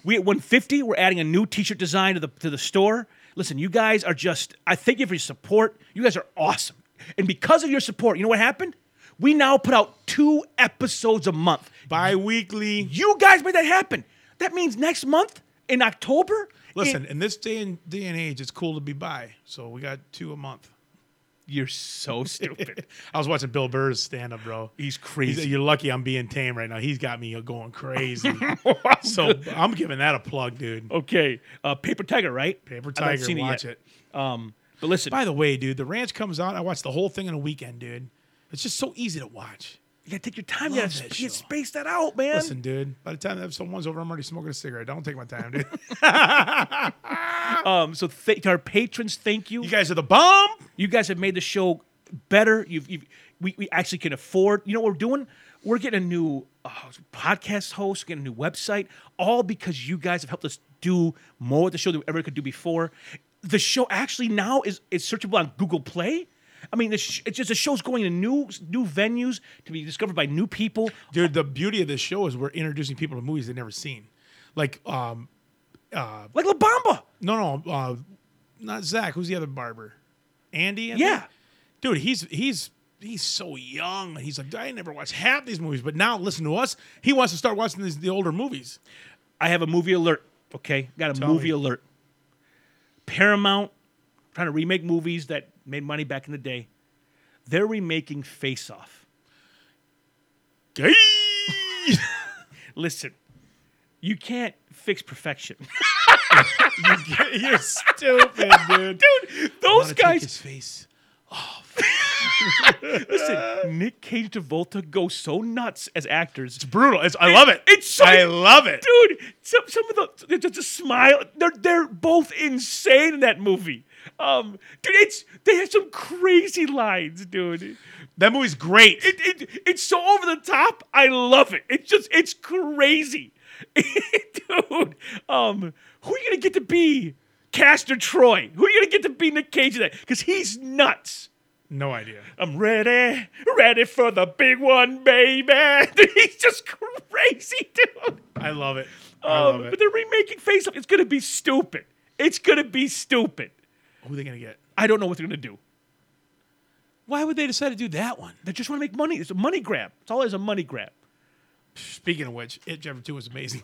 Speaker 1: We at 150. We're adding a new T-shirt design to the to the store. Listen, you guys are just. I thank you for your support. You guys are awesome, and because of your support, you know what happened? We now put out two episodes a month.
Speaker 2: Bi-weekly.
Speaker 1: You guys made that happen. That means next month in October.
Speaker 2: Listen,
Speaker 1: it-
Speaker 2: in this day and day and age, it's cool to be bi. So we got two a month.
Speaker 1: you're so stupid.
Speaker 2: I was watching Bill Burr's stand up, bro.
Speaker 1: He's
Speaker 2: He's-
Speaker 1: crazy.
Speaker 2: you're lucky I'm being tame right now. He's got me going crazy. so I'm giving that a plug, dude.
Speaker 1: okay, uh, Paper Tiger, right?
Speaker 2: Paper
Speaker 1: I've not
Speaker 2: Tiger,
Speaker 1: seen
Speaker 2: watch
Speaker 1: yet.
Speaker 2: it.
Speaker 1: Um, but listen,
Speaker 2: By the way, dude, The Ranch comes out. I watched the whole thing in a weekend, dude. It's just so easy to watch.
Speaker 1: you gotta take your time. You gotta
Speaker 2: Love that
Speaker 1: sp- you
Speaker 2: show.
Speaker 1: space that out, man.
Speaker 2: Listen, dude, by the time that episode one's over, I'm already smoking a cigarette. Don't take my time, dude.
Speaker 1: Um, so th- to our patrons, thank you.
Speaker 2: you guys are the bomb.
Speaker 1: You guys have made the show better. You've, you've we, we actually can afford. You know what we're doing? We're getting a new uh, podcast host, getting a new website, all because you guys have helped us do more with the show than we ever could do before. The show actually now is is searchable on Google Play. I mean, the sh- it's just the show's going to new new venues to be discovered by new people.
Speaker 2: Dude, the beauty of this show is we're introducing people to movies they've never seen. Like, um,
Speaker 1: Like La Bamba.
Speaker 2: no, no, uh, not Zach. Who's the other barber? Andy? I think?
Speaker 1: Yeah.
Speaker 2: dude, he's he's he's so young. He's like, I never watched half these movies, but now listen to us. He wants to start watching these, the older movies.
Speaker 1: I have a movie alert. Okay, got a movie
Speaker 2: me.
Speaker 1: alert. Paramount trying to remake movies that made money back in the day. They're remaking Face Off.
Speaker 2: Gay.
Speaker 1: Listen, you can't fix perfection.
Speaker 2: You're stupid, dude.
Speaker 1: Those guys,
Speaker 2: his face.
Speaker 1: listen, Nick Cage Travolta go so nuts as actors.
Speaker 2: Brutal. It's, I love it.
Speaker 1: it's so-
Speaker 2: I love it.
Speaker 1: Dude, some, some of the they're just a smile. They're they're both insane in that movie. Um, dude, it's they have some crazy lines, dude.
Speaker 2: That movie's great.
Speaker 1: it, it it's so over the top. I love it. It's just it's crazy, dude. Um, who are you gonna get to be Caster Troy? Who are you gonna get to be Nick Cage in that? Because he's nuts.
Speaker 2: no idea.
Speaker 1: I'm ready, ready for the big one, baby. Dude, he's just crazy, dude.
Speaker 2: I love it. I love
Speaker 1: Um,
Speaker 2: it.
Speaker 1: but they're remaking Face Off. It's gonna be stupid. It's gonna be stupid.
Speaker 2: Who are they gonna get?
Speaker 1: I don't know what they're gonna do.
Speaker 2: Why would they decide to do that one?
Speaker 1: They just want to make money. It's a money grab. It's always a money grab.
Speaker 2: Speaking of which, It Chapter Two was amazing.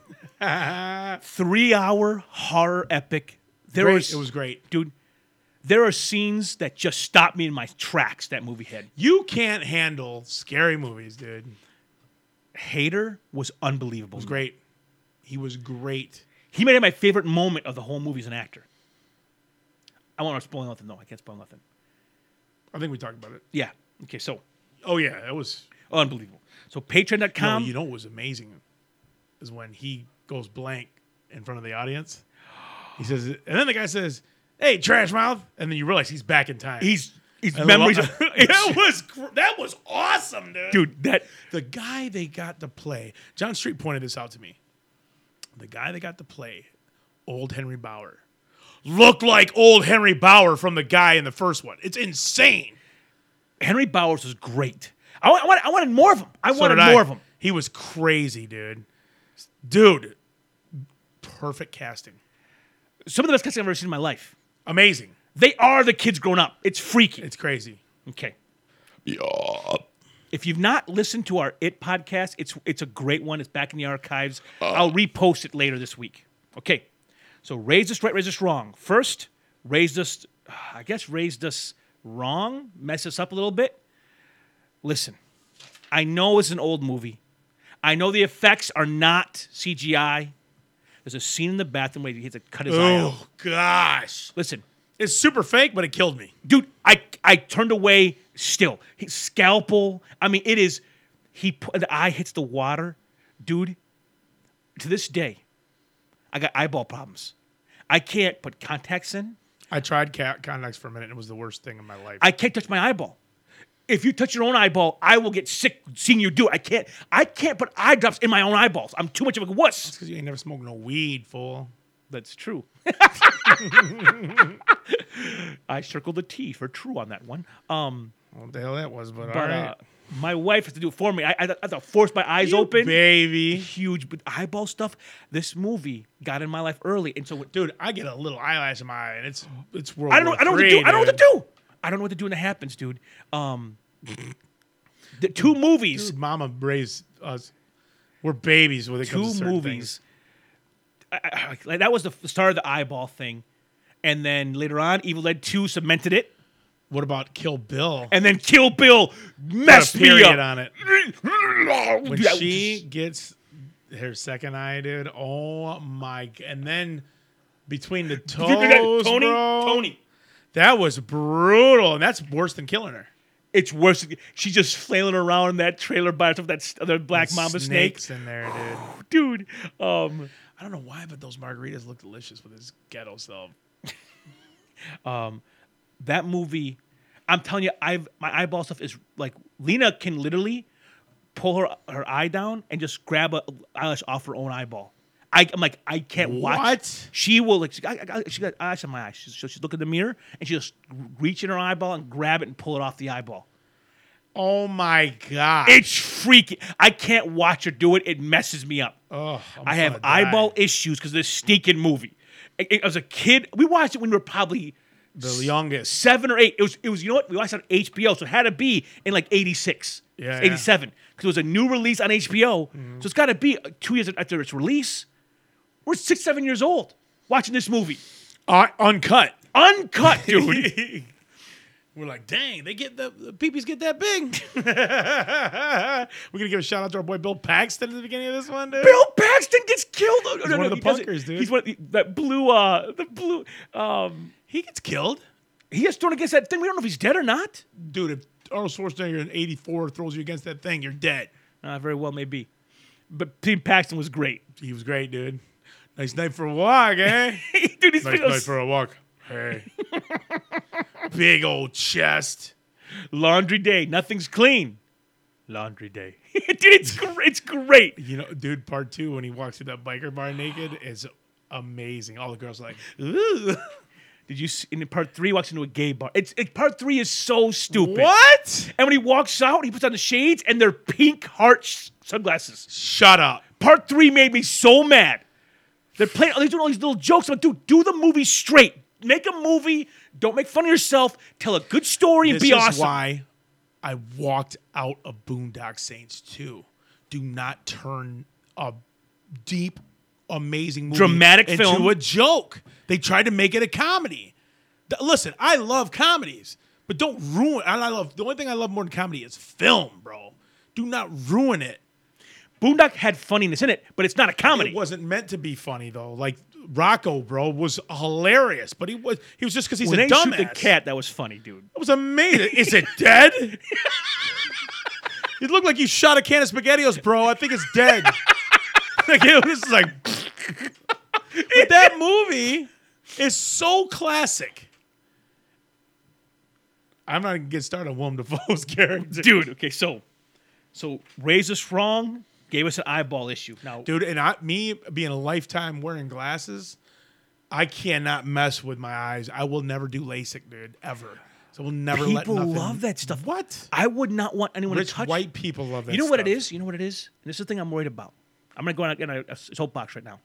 Speaker 1: three hour horror epic. There
Speaker 2: Great.
Speaker 1: was,
Speaker 2: It was great.
Speaker 1: dude. There are scenes that just stopped me in my tracks. That movie had.
Speaker 2: You can't handle scary movies, dude.
Speaker 1: Hater was unbelievable.
Speaker 2: Great. He was great.
Speaker 1: He made it my favorite moment of the whole movie as an actor. I won't spoil nothing though. I can't spoil nothing.
Speaker 2: I think we talked about it.
Speaker 1: Yeah. Okay. So
Speaker 2: Oh yeah, it was
Speaker 1: unbelievable. So patreon.com.
Speaker 2: no, you know what was amazing is when he goes blank in front of the audience. He says, and then the guy says, "Hey, trash mouth," and then you realize he's back in time.
Speaker 1: he's he's
Speaker 2: And
Speaker 1: memories.
Speaker 2: lo-
Speaker 1: Of,
Speaker 2: that was gr- that was awesome, dude.
Speaker 1: dude, that
Speaker 2: The guy they got to play, John Street pointed this out to me. The guy they got to play, old Henry Bauer, looked like old Henry Bauer from the guy in the first one. It's insane.
Speaker 1: Henry Bowers was great. I, wa- I, wanted, I wanted more of him. I
Speaker 2: So
Speaker 1: wanted
Speaker 2: did I.
Speaker 1: more of him.
Speaker 2: He was crazy, dude. Dude, perfect casting.
Speaker 1: Some of the best cuts I've ever seen in my life.
Speaker 2: Amazing.
Speaker 1: They are the kids grown up. It's freaky.
Speaker 2: It's crazy.
Speaker 1: Okay. If you've not listened to our It podcast, it's it's a great one. It's back in the archives. I'll repost it later this week. Okay. So raised us right, raised us wrong. First, raised us. I guess raised us wrong. Mess us up a little bit. Listen, I know it's an old movie. I know the effects are not CGI. There's a scene in the bathroom where he has to cut his eye out.
Speaker 2: Oh gosh.
Speaker 1: Listen,
Speaker 2: It's super fake, but it killed me.
Speaker 1: dude i i turned away still his scalpel i mean it is he pu- the eye hits the water dude to this day i got eyeball problems i can't put contacts in
Speaker 2: I tried cat contacts for a minute and it was the worst thing in my life.
Speaker 1: i can't touch my eyeball if you touch your own eyeball i will get sick seeing you do it i can't i can't put eye drops in my own eyeballs i'm too much of a wuss
Speaker 2: Because you ain't never smoked no weed, fool.
Speaker 1: that's true i circled the t for true on that one um
Speaker 2: I don't know What the hell that was, but, all
Speaker 1: But
Speaker 2: right.
Speaker 1: uh, my wife has to do it for me. I, I, I have to force my eyes open.
Speaker 2: Baby.
Speaker 1: Huge but eyeball stuff. This movie got in my life early, and so
Speaker 2: Dude, I get a little eyelash in my eye and it's it's world.
Speaker 1: I don't know.
Speaker 2: War
Speaker 1: I don't know what to
Speaker 2: III,
Speaker 1: do. I don't know what
Speaker 2: dude.
Speaker 1: to do. I don't know what to do when it happens, dude. Um, the two movies,
Speaker 2: Dude, Mama raised us. We're babies when it comes
Speaker 1: two
Speaker 2: to certain
Speaker 1: movies. I, I, like, that was the f- start of the eyeball thing, and then later on, Evil Dead Two cemented it,
Speaker 2: things. What about Kill Bill?
Speaker 1: and then Kill Bill
Speaker 2: Got
Speaker 1: messed
Speaker 2: a
Speaker 1: me up.
Speaker 2: period on it. when
Speaker 1: Yeah,
Speaker 2: she gets her second eye, dude. Oh my! g- And then between the toes,
Speaker 1: Tony,
Speaker 2: bro,
Speaker 1: Tony,
Speaker 2: that was brutal, and that's worse than killing her.
Speaker 1: It's worse. than- She's just flailing around in that trailer by herself. That st- other black mamba snake,
Speaker 2: Snakes in there, dude.
Speaker 1: dude. Um,
Speaker 2: I don't know why, but those margaritas look delicious with his ghetto self.
Speaker 1: that movie. I'm telling you, I've my eyeball stuff is like Lena can literally pull her her eye down and just grab a eyelash off her own eyeball. I, I'm like, I can't watch.
Speaker 2: What?
Speaker 1: She will like, she, I, I, she got eyelash on my eye. She's, so she's looking in the mirror and she just reach in her eyeball and grab it and pull it off the eyeball.
Speaker 2: Oh my god!
Speaker 1: It's freaky. I can't watch her do it. It messes me up.
Speaker 2: Ugh, Oh, I'm
Speaker 1: I have
Speaker 2: gonna die.
Speaker 1: eyeball issues because of this stinking movie. I- I- As a kid, we watched it when we were probably
Speaker 2: The youngest.
Speaker 1: seven or eight. It was, it was, you know what? We watched it on HBO, so it had to be in like 86,
Speaker 2: Yeah, Mm-hmm. yeah.
Speaker 1: 87, because it was a new release on HBO. So it's got to be uh, two years after its release. We're six, seven years old watching this movie.
Speaker 2: Uh, uncut.
Speaker 1: Uncut, dude.
Speaker 2: We're like, dang, they get the, the peepees get that big. We're gonna give a shout out to our boy Bill Paxton at the beginning of this one, dude.
Speaker 1: Bill Paxton gets killed. He's
Speaker 2: one of the punkers, dude.
Speaker 1: He's one of the, that blue, uh, the blue, um,
Speaker 2: He gets killed.
Speaker 1: he gets thrown against that thing. We don't know if he's dead or not.
Speaker 2: Dude, if Arnold Schwarzenegger in 84 throws you against that thing, you're dead.
Speaker 1: Uh, very well may be. But Pete Paxton was great.
Speaker 2: He was great, dude. Nice night for a walk, eh?
Speaker 1: Dude, he's
Speaker 2: nice
Speaker 1: been on
Speaker 2: night for a walk. Hey. Big old chest.
Speaker 1: laundry day. Nothing's clean. Laundry day. Dude, it's gr- it's great.
Speaker 2: You know, dude, part two, when he walks through that biker bar naked, is amazing. All the girls are like,
Speaker 1: Ooh. Did you see in part three? He walks into a gay bar. It's it, part three is so stupid.
Speaker 2: what?
Speaker 1: And when he walks out, he puts on the shades and they're pink heart sh- sunglasses.
Speaker 2: Shut up.
Speaker 1: Part three made me so mad. They're playing. They're doing all these little jokes. I'm like, dude, do the movie straight. Make a movie. Don't make fun of yourself. Tell a good story and
Speaker 2: This
Speaker 1: be
Speaker 2: is
Speaker 1: awesome.
Speaker 2: why I walked out of Boondock Saints 2. Do not turn a deep, amazing movie
Speaker 1: Dramatic
Speaker 2: into
Speaker 1: film.
Speaker 2: a joke. They tried to make it a comedy. Th- Listen, I love comedies, but don't ruin. And I love the only thing I love more than comedy is film, bro. Do not ruin it.
Speaker 1: Boondock had funniness in it, but it's not a comedy.
Speaker 2: It wasn't meant to be funny though. Like Rocco, bro, was hilarious, but he was he was just because he's
Speaker 1: when
Speaker 2: a
Speaker 1: they
Speaker 2: dumbass.
Speaker 1: shoot the cat, that was funny, dude.
Speaker 2: It was amazing. Is it dead? It looked like you shot a can of SpaghettiOs, bro. I think it's dead. like, it was just like. But that movie is so classic. I'm not gonna get started on Willem Dafoe's character,
Speaker 1: dude. Okay, so so raised us wrong, gave us an eyeball issue. Now,
Speaker 2: dude. And I, me being a lifetime wearing glasses, I cannot mess with my eyes. I will never do LASIK, dude, ever. So we'll never let
Speaker 1: people
Speaker 2: nothing.
Speaker 1: love that stuff.
Speaker 2: What?
Speaker 1: I would not want anyone
Speaker 2: Rich
Speaker 1: to touch.
Speaker 2: white people love that.
Speaker 1: you know what it
Speaker 2: stuff.
Speaker 1: is? You know what it is? And this is the thing I'm worried about. I'm gonna go on a, in a- a soapbox right now.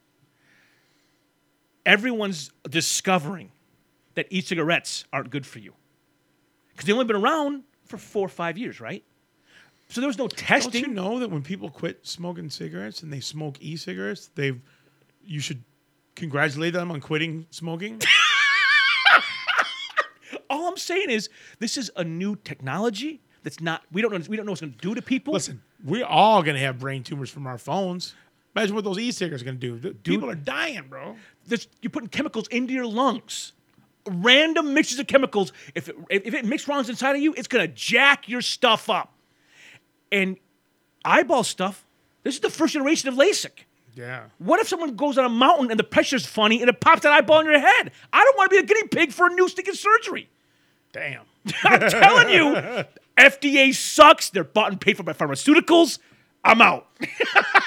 Speaker 1: Everyone's discovering that e-cigarettes aren't good for you because they've only been around for four or five years, right? So there was no
Speaker 2: Don't
Speaker 1: testing.
Speaker 2: you know that when people quit smoking cigarettes and they smoke e-cigarettes, they've you should congratulate them on quitting smoking.
Speaker 1: All I'm saying is this is a new technology that's not. We don't know. We don't know what's gonna do to people.
Speaker 2: Listen, we're all gonna have brain tumors from our phones. Imagine what those e-cigarettes are gonna do. The- People are dying, bro.
Speaker 1: There's, you're putting chemicals into your lungs. Random mixtures of chemicals. If it, if if it mixed wrongs inside of you, it's gonna jack your stuff up. And eyeball stuff. This is the first generation of LASIK.
Speaker 2: Yeah.
Speaker 1: What if someone goes on a mountain and the pressure's funny and it pops that eyeball in your head? I don't want to be a guinea pig for a new stinking surgery.
Speaker 2: Damn.
Speaker 1: I'm telling you, FDA sucks. They're bought and paid for by pharmaceuticals. I'm out.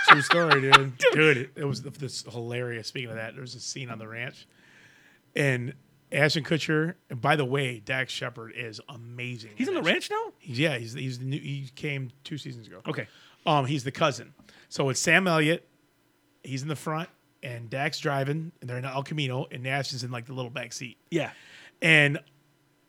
Speaker 2: True story, dude. dude, it, it was this hilarious. Speaking of that, there was a scene on the ranch, and Ashton Kutcher. And by the way, Dax Shepard is amazing.
Speaker 1: He's on the ranch now.
Speaker 2: Yeah, he's he's the new, he came two seasons ago.
Speaker 1: Okay.
Speaker 2: Um, he's the cousin. So it's Sam Elliott. He's in the front, and Dax driving, and they're in El Camino, and Nash is in like the little back seat,
Speaker 1: Yeah.
Speaker 2: and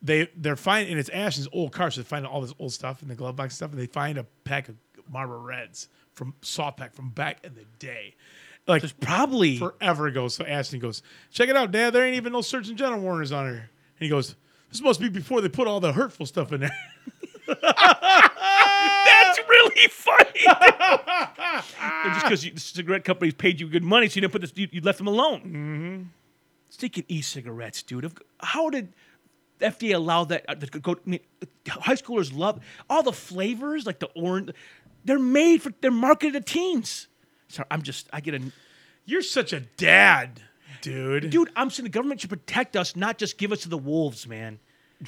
Speaker 2: they they're finding, and it's Ashton's old car, so they're finding all this old stuff in the glove box and stuff, and they find a pack of Marlboro Reds from soft pack from back in the day, like
Speaker 1: There's probably
Speaker 2: forever ago. So Ashton goes, check it out, Dad. There ain't even no Surgeon General warners on her. And he goes, this must be before they put all the hurtful stuff in there.
Speaker 1: That's really funny. And just because the cigarette companies paid you good money, so you didn't put this, you, you left them alone. Mm-hmm. Stinking e-cigarettes, dude. Of- How did the FDA allow that? uh, to go, I mean, high schoolers love all the flavors, like the orange. They're made for. They're marketed to teens. Sorry, I'm just. I get a
Speaker 2: You're such a dad, dude.
Speaker 1: dude. I'm saying the government should protect us, not just give us to the wolves, man.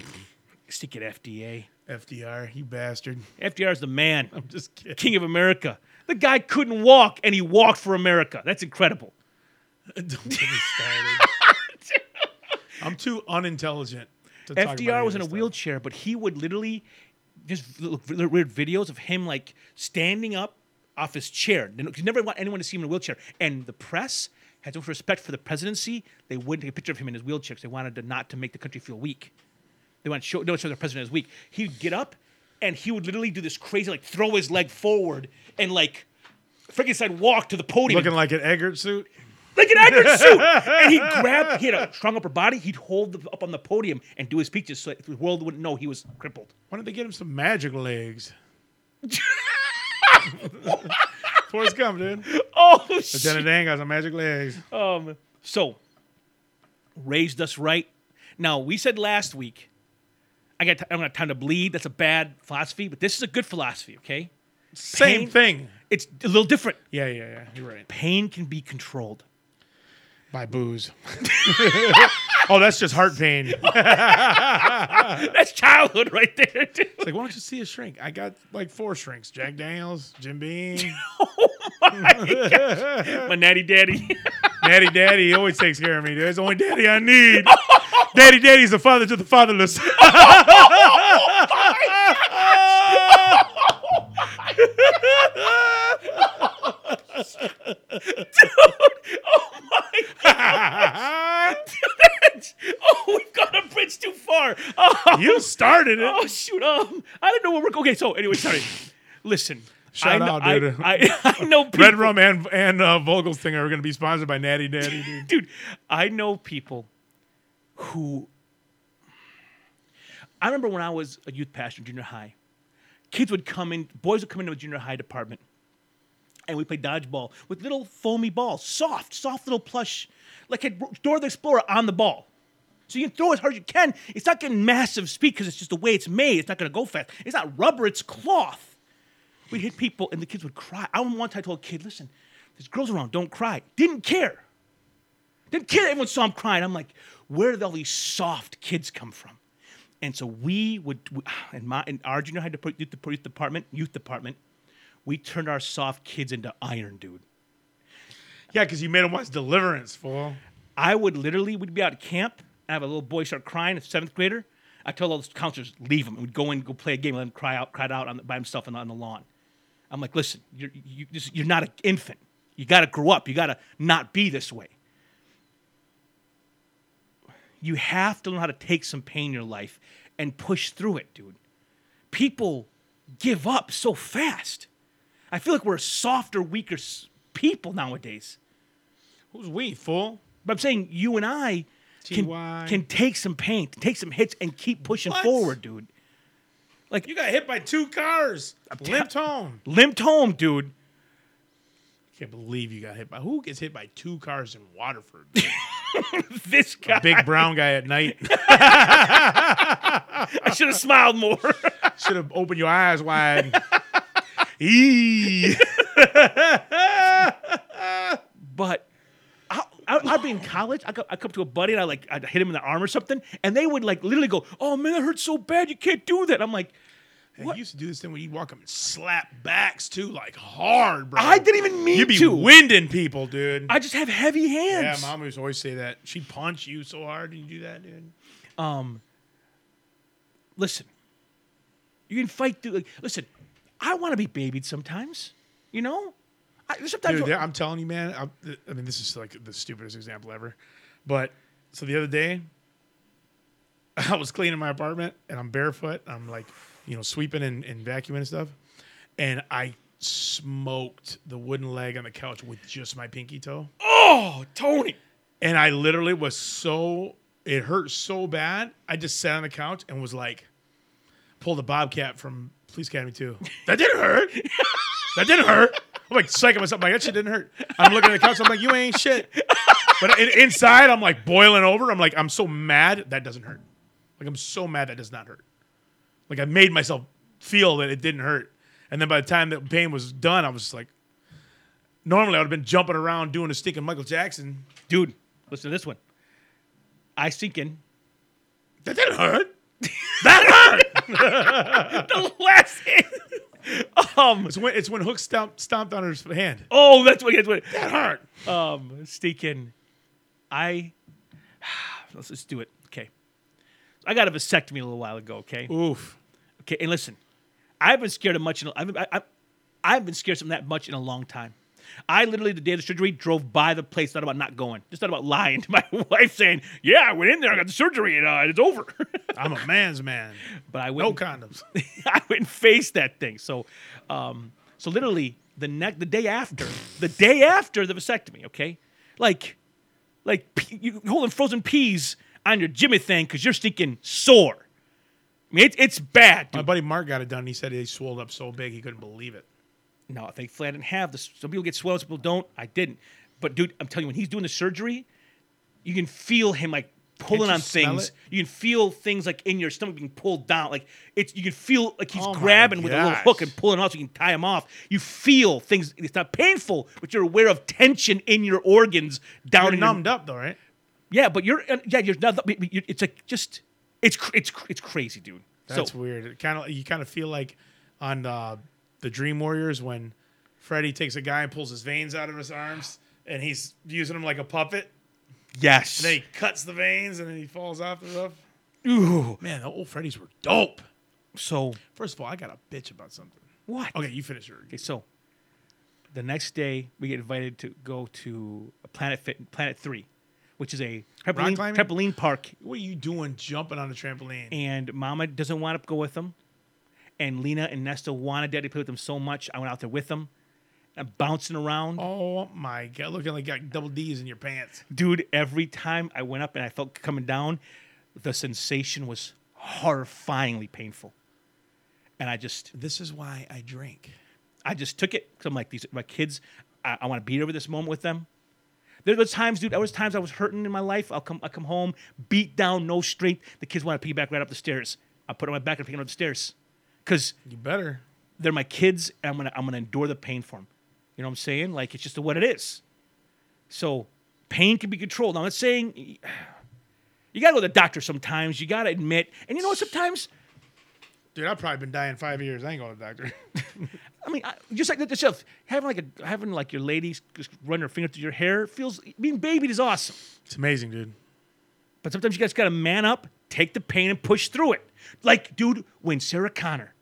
Speaker 1: Stinking FDA.
Speaker 2: FDR, you bastard.
Speaker 1: FDR is the man.
Speaker 2: I'm just kidding.
Speaker 1: King of America. The guy couldn't walk and he walked for America. That's incredible.
Speaker 2: Don't get me started. I'm too unintelligent to talk about any
Speaker 1: FDR
Speaker 2: of
Speaker 1: was in a
Speaker 2: this stuff.
Speaker 1: wheelchair, but he would literally just look look weird videos of him like standing up off his chair. You know, 'cause You never want anyone to see him in a wheelchair. And the press had so much respect for the presidency, they wouldn't take a picture of him in his wheelchair because they wanted to not to make the country feel weak. They want to show, don't show their president as weak. He'd get up and he would literally do this crazy, like throw his leg forward and like Frankenstein walk to the podium. and
Speaker 2: Looking like an Eggert suit.
Speaker 1: like an Eggers suit. And he'd grab, he had a strong upper body. He'd hold the, up on the podium and do his speeches so that the world wouldn't know he was crippled.
Speaker 2: Why don't they get him some magic legs? Forrest Gump, dude.
Speaker 1: Oh,
Speaker 2: Jenna
Speaker 1: shit.
Speaker 2: Dang got some magic legs.
Speaker 1: Um, so, raised us right. Now, we said last week, I got t- I don't have time to bleed. That's a bad philosophy, but this is a good philosophy, okay?
Speaker 2: Same
Speaker 1: pain-
Speaker 2: thing.
Speaker 1: It's a little different.
Speaker 2: Yeah, yeah, yeah. You're right.
Speaker 1: Pain can be controlled.
Speaker 2: By booze. oh, that's just heart pain. It's like,
Speaker 1: That's childhood right there, dude.
Speaker 2: why don't you see a shrink? I got like four shrinks. Jack Daniels, Jim Beam,
Speaker 1: My natty daddy.
Speaker 2: Daddy, Daddy, he always takes care of me. Dude. He's the only daddy I need. daddy, Daddy's the father to the fatherless.
Speaker 1: oh, my oh, we've got a bridge too far. Oh,
Speaker 2: you started it.
Speaker 1: oh, shoot. Um, I don't know where we're going. Okay, so anyway, sorry. Listen.
Speaker 2: Shout
Speaker 1: I, kn-
Speaker 2: out,
Speaker 1: I-
Speaker 2: dude.
Speaker 1: I, I, know people,
Speaker 2: Red Rum and and uh, Vogel's thing are going to be sponsored by Natty Daddy, dude.
Speaker 1: Dude, I know people who. I remember when I was a youth pastor in junior high, kids would come in, boys would come into the junior high department, and we played dodgeball with little foamy balls, soft, soft little plush, like had Dora the Explorer on the ball. So you can throw as hard as you can. It's not getting massive speed because it's just the way it's made. It's not going to go fast. It's not rubber, it's cloth. We'd hit people and the kids would cry. I one time told a kid, listen, there's girls around, don't cry. Didn't care. Didn't care that everyone saw him crying. I'm like, where did all these soft kids come from? And so we would, we, in, my, in our junior high dep- youth dep- youth department, youth department, we turned our soft kids into iron, dude.
Speaker 2: Yeah, because you made him watch Deliverance, fool.
Speaker 1: I would literally, we'd be out at camp. I have a little boy start crying, a seventh grader. I tell all the counselors, leave him. We'd go in, go play a game, let him cry out, cry out on the, by himself on the, on the lawn. I'm like, listen, you're, you, this, you're not an infant. You got to grow up. You got to not be this way. You have to learn how to take some pain in your life and push through it, dude. People give up so fast. I feel like we're a softer, weaker s- people nowadays.
Speaker 2: Who's we, fool?
Speaker 1: But I'm saying you and I can,
Speaker 2: TY.
Speaker 1: can take some pain, take some hits, and keep pushing
Speaker 2: What?
Speaker 1: forward, dude.
Speaker 2: You got hit by two cars. Limped home.
Speaker 1: Limped home, dude.
Speaker 2: Can't believe you got hit by who gets hit by two cars in Waterford?
Speaker 1: This guy,
Speaker 2: Big brown guy at night.
Speaker 1: I should have smiled more.
Speaker 2: Should have opened your eyes wide.
Speaker 1: but I, I, I'd be in college. I would come to a buddy and I like I'd hit him in the arm or something, and they would like literally go, "Oh man, that hurts so bad. You can't do that." I'm like,
Speaker 2: You used to do this thing when you'd walk up and slap backs too, like hard, bro.
Speaker 1: I didn't even mean
Speaker 2: You'd be
Speaker 1: to.
Speaker 2: winding people, dude.
Speaker 1: I just have heavy
Speaker 2: yeah,
Speaker 1: hands.
Speaker 2: mom used to always say that. She'd punch you so hard and you do that, dude.
Speaker 1: listen, you can fight through. Like, listen, I want to be babied sometimes. You know, I, sometimes
Speaker 2: Dude, there- I'm telling you, man. I'm, th- I mean, this is like the stupidest example ever. But so the other day, I was cleaning my apartment and I'm barefoot. I'm like, you know, sweeping and, and vacuuming and stuff. And I smoked the wooden leg on the couch with just my pinky toe.
Speaker 1: oh, Tony.
Speaker 2: And I literally was so, it hurt so bad. I just sat on the couch and was like, pulled a bobcat from Police Academy 2. That didn't hurt. that didn't hurt. I'm like psyching myself. I'm like, that shit didn't hurt. I'm looking at the couch. I'm like, you ain't shit. But in, inside, I'm like boiling over. I'm like, I'm so mad that doesn't hurt. Like, I'm so mad that does not hurt. Like, I made myself feel that it didn't hurt. And then by the time that pain was done, I was just like, normally I would have been jumping around doing a stinking Michael Jackson.
Speaker 1: Dude, listen to this one. I sink in.
Speaker 2: That didn't hurt.
Speaker 1: The last um,
Speaker 2: It's when it's when Hook stomped stomped on his hand.
Speaker 1: oh, that's what that's what
Speaker 2: That hurt.
Speaker 1: um sneak in. I let's just do it. Okay. I got a vasectomy a little while ago, okay?
Speaker 2: Oh. Oof.
Speaker 1: Okay, and listen, I haven't been scared of much. In, I've, I, I, I've been scared of something that much in a long time. I literally, the day of the surgery, drove by the place, thought about not going. Just thought about lying to my wife, saying, "Yeah, I went in there, I got the surgery, and uh, it's over."
Speaker 2: I'm a man's man.
Speaker 1: but I went.
Speaker 2: No
Speaker 1: and-
Speaker 2: condoms.
Speaker 1: I went and faced that thing. So, um, so literally the next, the day after, the day after the vasectomy. Okay, like, like p- you holding frozen peas on your Jimmy thing because you're stinking sore. I mean, it's it's bad.
Speaker 2: My
Speaker 1: Dude.
Speaker 2: buddy Mark got it done. And he said he swelled up so big he couldn't believe it.
Speaker 1: No, thankfully I didn't have this. Some people get swelled, some people don't. I didn't. But dude, I'm telling you, when he's doing the surgery, you can feel him like pulling
Speaker 2: you
Speaker 1: on
Speaker 2: smell
Speaker 1: things.
Speaker 2: it?
Speaker 1: You can feel things like in your stomach being pulled down. Like it's you can feel like he's
Speaker 2: Oh my
Speaker 1: grabbing with a little
Speaker 2: gosh.
Speaker 1: hook and pulling off so you can tie him off. You feel things. It's not painful, but you're aware of tension in your organs down
Speaker 2: You're
Speaker 1: in your-
Speaker 2: numbed up though, right?
Speaker 1: yeah, but you're uh, yeah you're not. you it's like just it's cr- it's cr- it's crazy, dude.
Speaker 2: That's
Speaker 1: so
Speaker 2: weird. It kind of you kind of feel like on uh, the Dream Warriors when Freddy takes a guy and pulls his veins out of his arms and he's using him like a puppet.
Speaker 1: yes,
Speaker 2: Then he cuts the veins and then he falls off the roof.
Speaker 1: Ooh.
Speaker 2: Man, the old Freddy's were dope.
Speaker 1: so
Speaker 2: First of all, I got a bitch about something.
Speaker 1: what?
Speaker 2: Okay, you finish your.
Speaker 1: Okay, so the next day we get invited to go to Planet Fit, Planet Three, which is a trampoline,
Speaker 2: climbing?
Speaker 1: trampoline park,
Speaker 2: What are you doing jumping on a trampoline?
Speaker 1: and Mama doesn't want to go with them, and Lena and Nesta wanted Daddy to play with them so much. I went out there with them, I'm bouncing around,
Speaker 2: Oh my god, looking like you got double D's in your pants.
Speaker 1: dude. Every time I went up and I felt coming down, the sensation was horrifyingly painful, and I just
Speaker 2: This is why I drink.
Speaker 1: I just took it because I'm like these my kids. I, I want to beat over this moment with them. There was times, dude. There was times I was hurting in my life. I'll come, I come home, beat down, no strength. The kids want to piggyback right up the stairs. I put it on my back and pick them up the stairs, cause
Speaker 2: You better.
Speaker 1: they're my kids. And I'm gonna I'm gonna endure the pain for them. You know what I'm saying? Like it's just what it is. So pain can be controlled. I'm not saying you gotta go to the doctor sometimes. You gotta admit, and you know what? Sometimes
Speaker 2: Dude, I've probably been dying five years. I ain't going to the doctor.
Speaker 1: I mean, I, just like that yourself, having like a having like your ladies just run her finger through your hair feels being babied is awesome.
Speaker 2: it's amazing, dude.
Speaker 1: But sometimes you guys gotta man up, take the pain, and push through it. Like, dude, when Sarah Connor,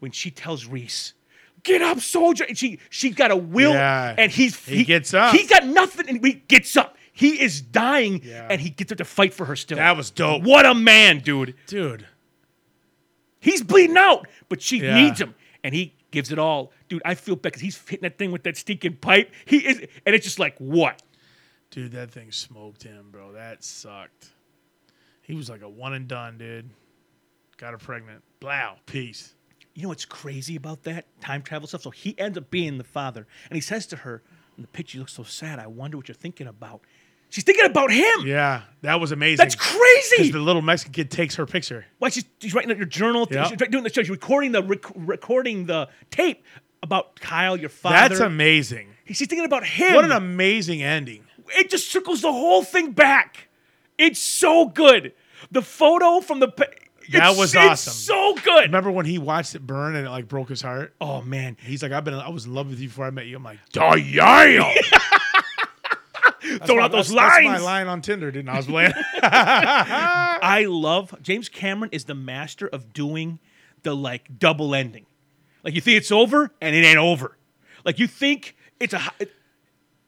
Speaker 1: when she tells Reese, "Get up, soldier," and she she's got a will,
Speaker 2: Yeah.
Speaker 1: and he's
Speaker 2: He gets up.
Speaker 1: He's got nothing, and he gets up. He is dying,
Speaker 2: Yeah.
Speaker 1: and he gets up to fight for her still.
Speaker 2: That was dope.
Speaker 1: what a man, dude.
Speaker 2: Dude.
Speaker 1: He's bleeding out, but she
Speaker 2: Yeah.
Speaker 1: needs him, and he gives it all. Dude, I feel bad because he's hitting that thing with that stinking pipe. He is, and it's just like what?
Speaker 2: Dude, that thing smoked him, bro. That sucked. He was like a one and done, dude. Got her pregnant. Blow. Peace.
Speaker 1: You know what's crazy about that time travel stuff? So he ends up being the father, and he says to her, "In the picture, you look so sad. I wonder what you're thinking about." She's thinking about him.
Speaker 2: Yeah, that was amazing.
Speaker 1: That's crazy.
Speaker 2: The little Mexican kid takes her picture.
Speaker 1: Why she's, she's writing out your journal?
Speaker 2: Yeah.
Speaker 1: She's doing the show. She's recording the rec- recording the tape about Kyle, your father.
Speaker 2: That's amazing.
Speaker 1: She's thinking about him.
Speaker 2: What an amazing ending.
Speaker 1: it just circles the whole thing back. It's so good. The photo from the pa-
Speaker 2: That
Speaker 1: it's-
Speaker 2: was
Speaker 1: it's
Speaker 2: awesome.
Speaker 1: So good.
Speaker 2: Remember when he watched it burn and it like broke his heart?
Speaker 1: oh man,
Speaker 2: He's like, I've been, I was in love with you before I met you. I'm like,
Speaker 1: yeah. Throwing out
Speaker 2: that's-
Speaker 1: those
Speaker 2: that's
Speaker 1: lines.
Speaker 2: my line on Tinder, dude. And I was playing.
Speaker 1: I love James Cameron is the master of doing the like double ending. Like you think it's over and it ain't over. Like you think it's a hi- it-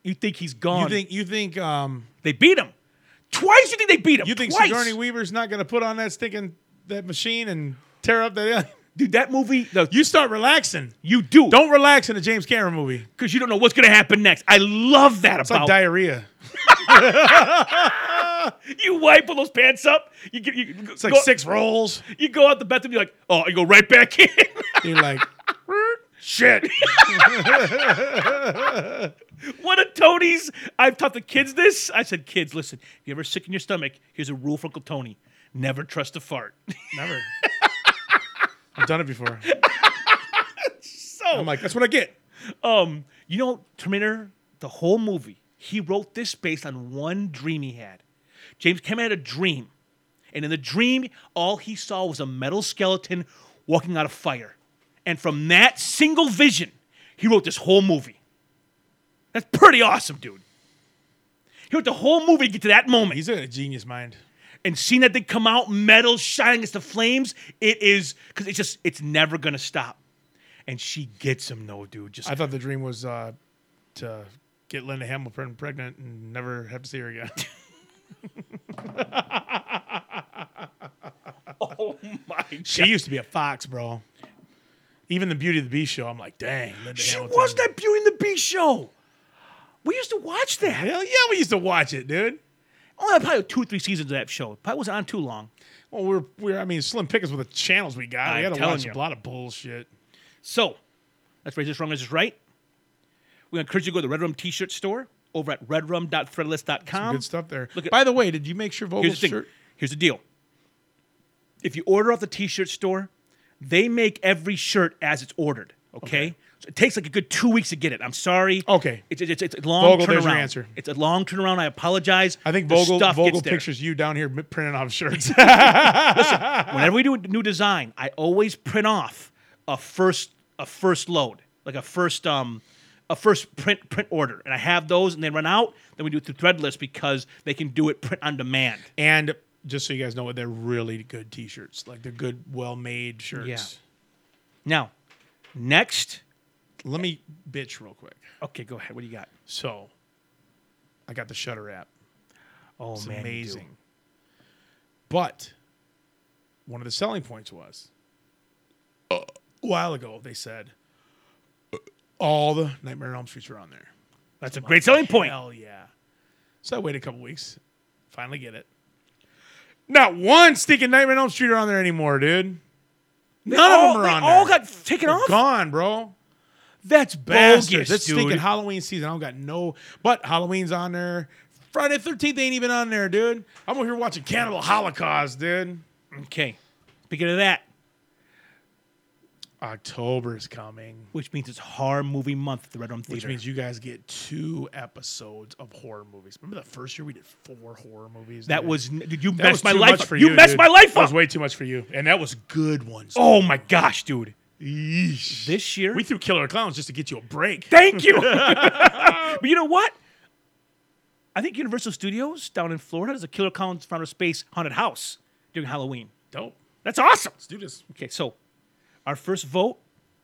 Speaker 1: you think he's gone.
Speaker 2: you think, you think, um,
Speaker 1: they beat him. Twice you think they beat him.
Speaker 2: you think
Speaker 1: Twice.
Speaker 2: Sigourney Weaver's not gonna put on that stinking that machine and tear up that?
Speaker 1: Dude, that movie the, you,
Speaker 2: You start relaxing.
Speaker 1: do
Speaker 2: Don't relax in a James Cameron movie.
Speaker 1: because you don't know what's gonna happen next. I love that
Speaker 2: It's like
Speaker 1: about
Speaker 2: diarrhea.
Speaker 1: you wipe all those pants up, you get you,
Speaker 2: It's like
Speaker 1: go,
Speaker 2: six rolls.
Speaker 1: you go out the bathroom, you're like, oh, you go right back in.
Speaker 2: You're like,
Speaker 1: Shit. One of Tony's, I've taught the kids this. I said, kids, listen, if you ever sick in your stomach, here's a rule for Uncle Tony. Never trust a fart.
Speaker 2: never. I've done it before. I'm
Speaker 1: so,
Speaker 2: like, that's what I get.
Speaker 1: um, you know, Terminator, the whole movie, he wrote this based on one dream he had. James Cameron had a dream, and in the dream, all he saw was a metal skeleton walking out of fire. And from that single vision, he wrote this whole movie. That's pretty awesome, dude. He wrote the whole movie to get to that moment.
Speaker 2: He's got a genius mind.
Speaker 1: and seeing that thing come out, metal shining against the flames, it is because it's just it's never gonna stop. And she gets him though, dude. Just
Speaker 2: I thought the dream was uh, to get Linda Hamilton pregnant and never have to see her again.
Speaker 1: oh my god,
Speaker 2: she used to be a fox, bro. Even the Beauty of the Beast show, I'm like, dang, Linda
Speaker 1: she
Speaker 2: Hamilton.
Speaker 1: was that Beauty and the Beast show. We used to watch that.
Speaker 2: Hell yeah, we used to watch it, dude.
Speaker 1: Only probably two or three seasons of that show. Probably was on too long.
Speaker 2: Well, we're, we're I mean, slim pickings with the channels we got.
Speaker 1: I'm
Speaker 2: we got to
Speaker 1: telling
Speaker 2: watch
Speaker 1: you.
Speaker 2: a lot of bullshit.
Speaker 1: So, let's raise this wrong as this right. We encourage you to go to the Red Rum T-shirt store over at redrum.threadless.com.
Speaker 2: Good stuff there.
Speaker 1: Um, look at-
Speaker 2: By the way, did you make sure Vogel's
Speaker 1: Here's the thing.
Speaker 2: shirt?
Speaker 1: Here's the deal. If you order off the T-shirt store, they make every shirt as it's ordered. Okay. So it takes like a good two weeks to get it. I'm sorry.
Speaker 2: Okay.
Speaker 1: It's, it's, it's a long
Speaker 2: Vogel,
Speaker 1: turnaround.
Speaker 2: there's your answer.
Speaker 1: It's a long turnaround. I apologize.
Speaker 2: I think
Speaker 1: The
Speaker 2: Vogel
Speaker 1: stuff
Speaker 2: Vogel
Speaker 1: gets there.
Speaker 2: pictures you down here m- printing off shirts.
Speaker 1: Whenever we do a new design, I always print off a first a first load, like a first um a first print print order, and I have those, and they run out. Then we do it through Threadless because they can do it print on demand.
Speaker 2: and just so you guys know, they're really good T-shirts. Like they're good, well-made shirts.
Speaker 1: Now, next.
Speaker 2: Let me bitch real quick.
Speaker 1: Okay, go ahead. What do you got?
Speaker 2: So, I got the Shutter app.
Speaker 1: Oh
Speaker 2: It's
Speaker 1: man, you do.
Speaker 2: amazing. But one of the selling points was a while ago they said all the Nightmare on Elm Streets are on there.
Speaker 1: That's a great selling point.
Speaker 2: Hell yeah! So I waited a couple weeks, finally get it. Not one stinking Nightmare on Elm Street are on there anymore, dude. None
Speaker 1: all,
Speaker 2: of them are
Speaker 1: they
Speaker 2: on
Speaker 1: all
Speaker 2: there.
Speaker 1: got taken off.
Speaker 2: Gone, bro.
Speaker 1: That's
Speaker 2: Bastards.
Speaker 1: bogus,
Speaker 2: That's
Speaker 1: dude.
Speaker 2: stinking Halloween season. I don't got no. But Halloween's on there. Friday Thirteenth ain't even on there, dude. I'm over here watching Cannibal Holocaust, dude.
Speaker 1: okay, speaking of that,
Speaker 2: October's coming,
Speaker 1: which means it's horror movie month at the Red Room Theater.
Speaker 2: which means you guys get two episodes of horror movies. Remember the first year we did four horror movies?
Speaker 1: that
Speaker 2: dude?
Speaker 1: was n- dude, you
Speaker 2: That
Speaker 1: messed
Speaker 2: was
Speaker 1: my
Speaker 2: too
Speaker 1: life
Speaker 2: much
Speaker 1: up. you, messed
Speaker 2: dude.
Speaker 1: my life
Speaker 2: That was
Speaker 1: up.
Speaker 2: way too much for you, and that was good ones.
Speaker 1: Oh my gosh, dude.
Speaker 2: Yeesh.
Speaker 1: This year,
Speaker 2: we threw Killer Clowns just to get you a break.
Speaker 1: Thank you. but you know what? I think Universal Studios down in Florida does a Killer Clowns from Outer Space haunted house during Halloween.
Speaker 2: Dope.
Speaker 1: That's awesome.
Speaker 2: Let's do this.
Speaker 1: Okay, so our first vote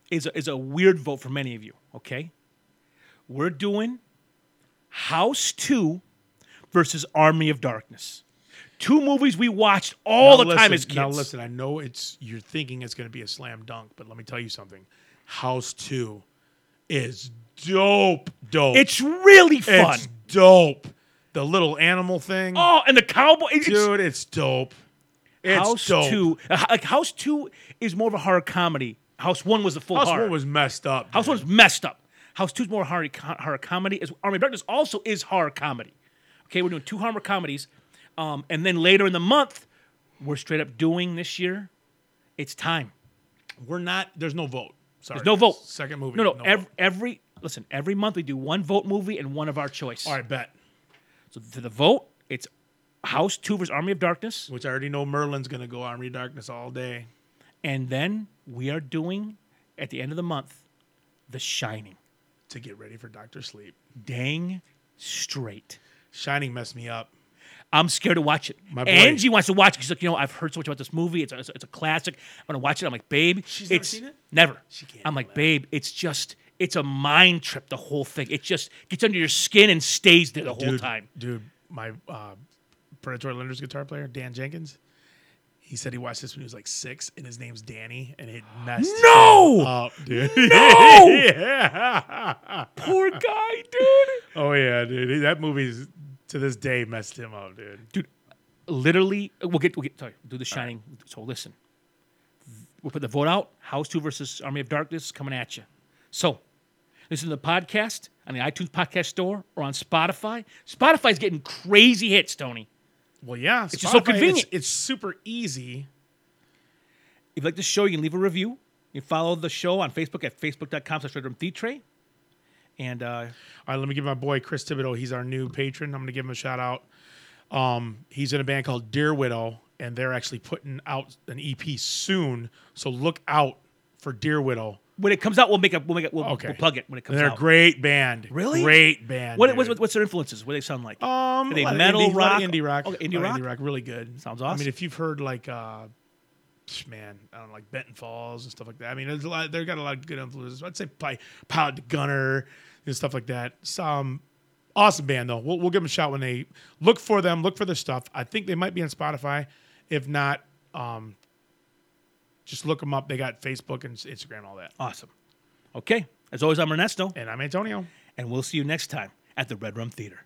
Speaker 1: is a, is a weird vote for many of you. Okay, we're doing House Two versus Army of Darkness. Two movies we watched all the
Speaker 2: Now
Speaker 1: time as
Speaker 2: listen-
Speaker 1: kids.
Speaker 2: Now listen, I know it's you're thinking it's going to be a slam dunk, but let me tell you something. House Two is dope, dope.
Speaker 1: It's really fun.
Speaker 2: It's dope. The little animal thing,
Speaker 1: oh, and the cowboy. It's,
Speaker 2: dude. It's dope. It's
Speaker 1: House
Speaker 2: dope.
Speaker 1: two, uh, like House two, is more of a horror comedy. House one was the full
Speaker 2: House
Speaker 1: horror.
Speaker 2: One was messed up.
Speaker 1: House
Speaker 2: dude.
Speaker 1: one's messed up. House two's more horror, co- horror comedy. As Army of Darkness also is horror comedy. Okay, we're doing two horror comedies, um, and then later in the month, we're straight up doing this year. It's time.
Speaker 2: We're not. There's no vote. Sorry.
Speaker 1: There's no vote.
Speaker 2: Second movie.
Speaker 1: No, no. every,
Speaker 2: vote.
Speaker 1: every listen, every month we do one vote movie and one of our choice.
Speaker 2: All right, bet.
Speaker 1: So to the vote, it's House two versus Army of Darkness.
Speaker 2: Which I already know Merlin's gonna go Army of Darkness all day.
Speaker 1: And then we are doing at the end of the month, The Shining.
Speaker 2: to get ready for Doctor Sleep.
Speaker 1: Dang straight.
Speaker 2: Shining messed me up.
Speaker 1: I'm scared to watch it.
Speaker 2: My boy.
Speaker 1: Angie wants to watch it. She's like, you know, I've heard so much about this movie. It's a, it's a- it's a classic. I'm gonna watch it. I'm like, babe,
Speaker 2: She's never
Speaker 1: it's
Speaker 2: seen it?
Speaker 1: never.
Speaker 2: She can't
Speaker 1: I'm
Speaker 2: do
Speaker 1: like,
Speaker 2: that.
Speaker 1: babe, it's just it's a mind trip. The whole thing. It just gets under your skin and stays there the whole time.
Speaker 2: Dude, my uh, Predatory Lenders guitar player, Dan Jenkins, he said he watched this when he was like six, and his name's Danny, and it messed
Speaker 1: No!
Speaker 2: him up, dude.
Speaker 1: No!
Speaker 2: yeah.
Speaker 1: Oh, Poor guy, dude.
Speaker 2: Oh, yeah, dude. That movie's to this day messed him up, dude.
Speaker 1: Dude, literally, we'll get we'll get sorry. Do the Shining. So listen, we'll put the vote out. House two versus Army of Darkness coming at you. So. Listen to the podcast on the iTunes podcast store or on Spotify. Spotify's getting crazy hits, Tony.
Speaker 2: Well, yeah. It's
Speaker 1: just so convenient.
Speaker 2: It's, super easy.
Speaker 1: If you like this show, you can leave a review. You can follow the show on Facebook at facebook.com slash Red Tray. And uh,
Speaker 2: All right, let me give my boy Chris Thibodeau. He's our new patron. I'm going to give him a shout out. Um, he's in a band called Dear Widow, and they're actually putting out an EP soon. So look out for Dear Widow.
Speaker 1: when it comes out, we'll make a we'll make a, we'll,
Speaker 2: Okay.
Speaker 1: we'll plug it when it comes
Speaker 2: They're a
Speaker 1: out.
Speaker 2: great band.
Speaker 1: Really?
Speaker 2: Great band.
Speaker 1: What,
Speaker 2: dude.
Speaker 1: what's, what's their influences? What do they sound like?
Speaker 2: um,
Speaker 1: Are they
Speaker 2: a lot of
Speaker 1: metal,
Speaker 2: indie, a lot of
Speaker 1: rock?
Speaker 2: indie rock,
Speaker 1: Okay, indie
Speaker 2: A lot of
Speaker 1: rock?
Speaker 2: indie rock, really good.
Speaker 1: Sounds
Speaker 2: I
Speaker 1: awesome.
Speaker 2: mean, if you've heard like, uh, psh, man, I don't know, like Benton Falls and stuff like that. I mean, there's a lot. They've got a lot of good influences. I'd say probably Pilot to Gunner and stuff like that. Some awesome band though. We'll, we'll give them a shot when they look for them. Look for their stuff. I think they might be on Spotify. If not, um, just look them up. They got Facebook and Instagram, all that.
Speaker 1: awesome. Okay. As always, I'm Ernesto,
Speaker 2: And I'm Antonio.
Speaker 1: and we'll see you next time at the Red Rum Theater.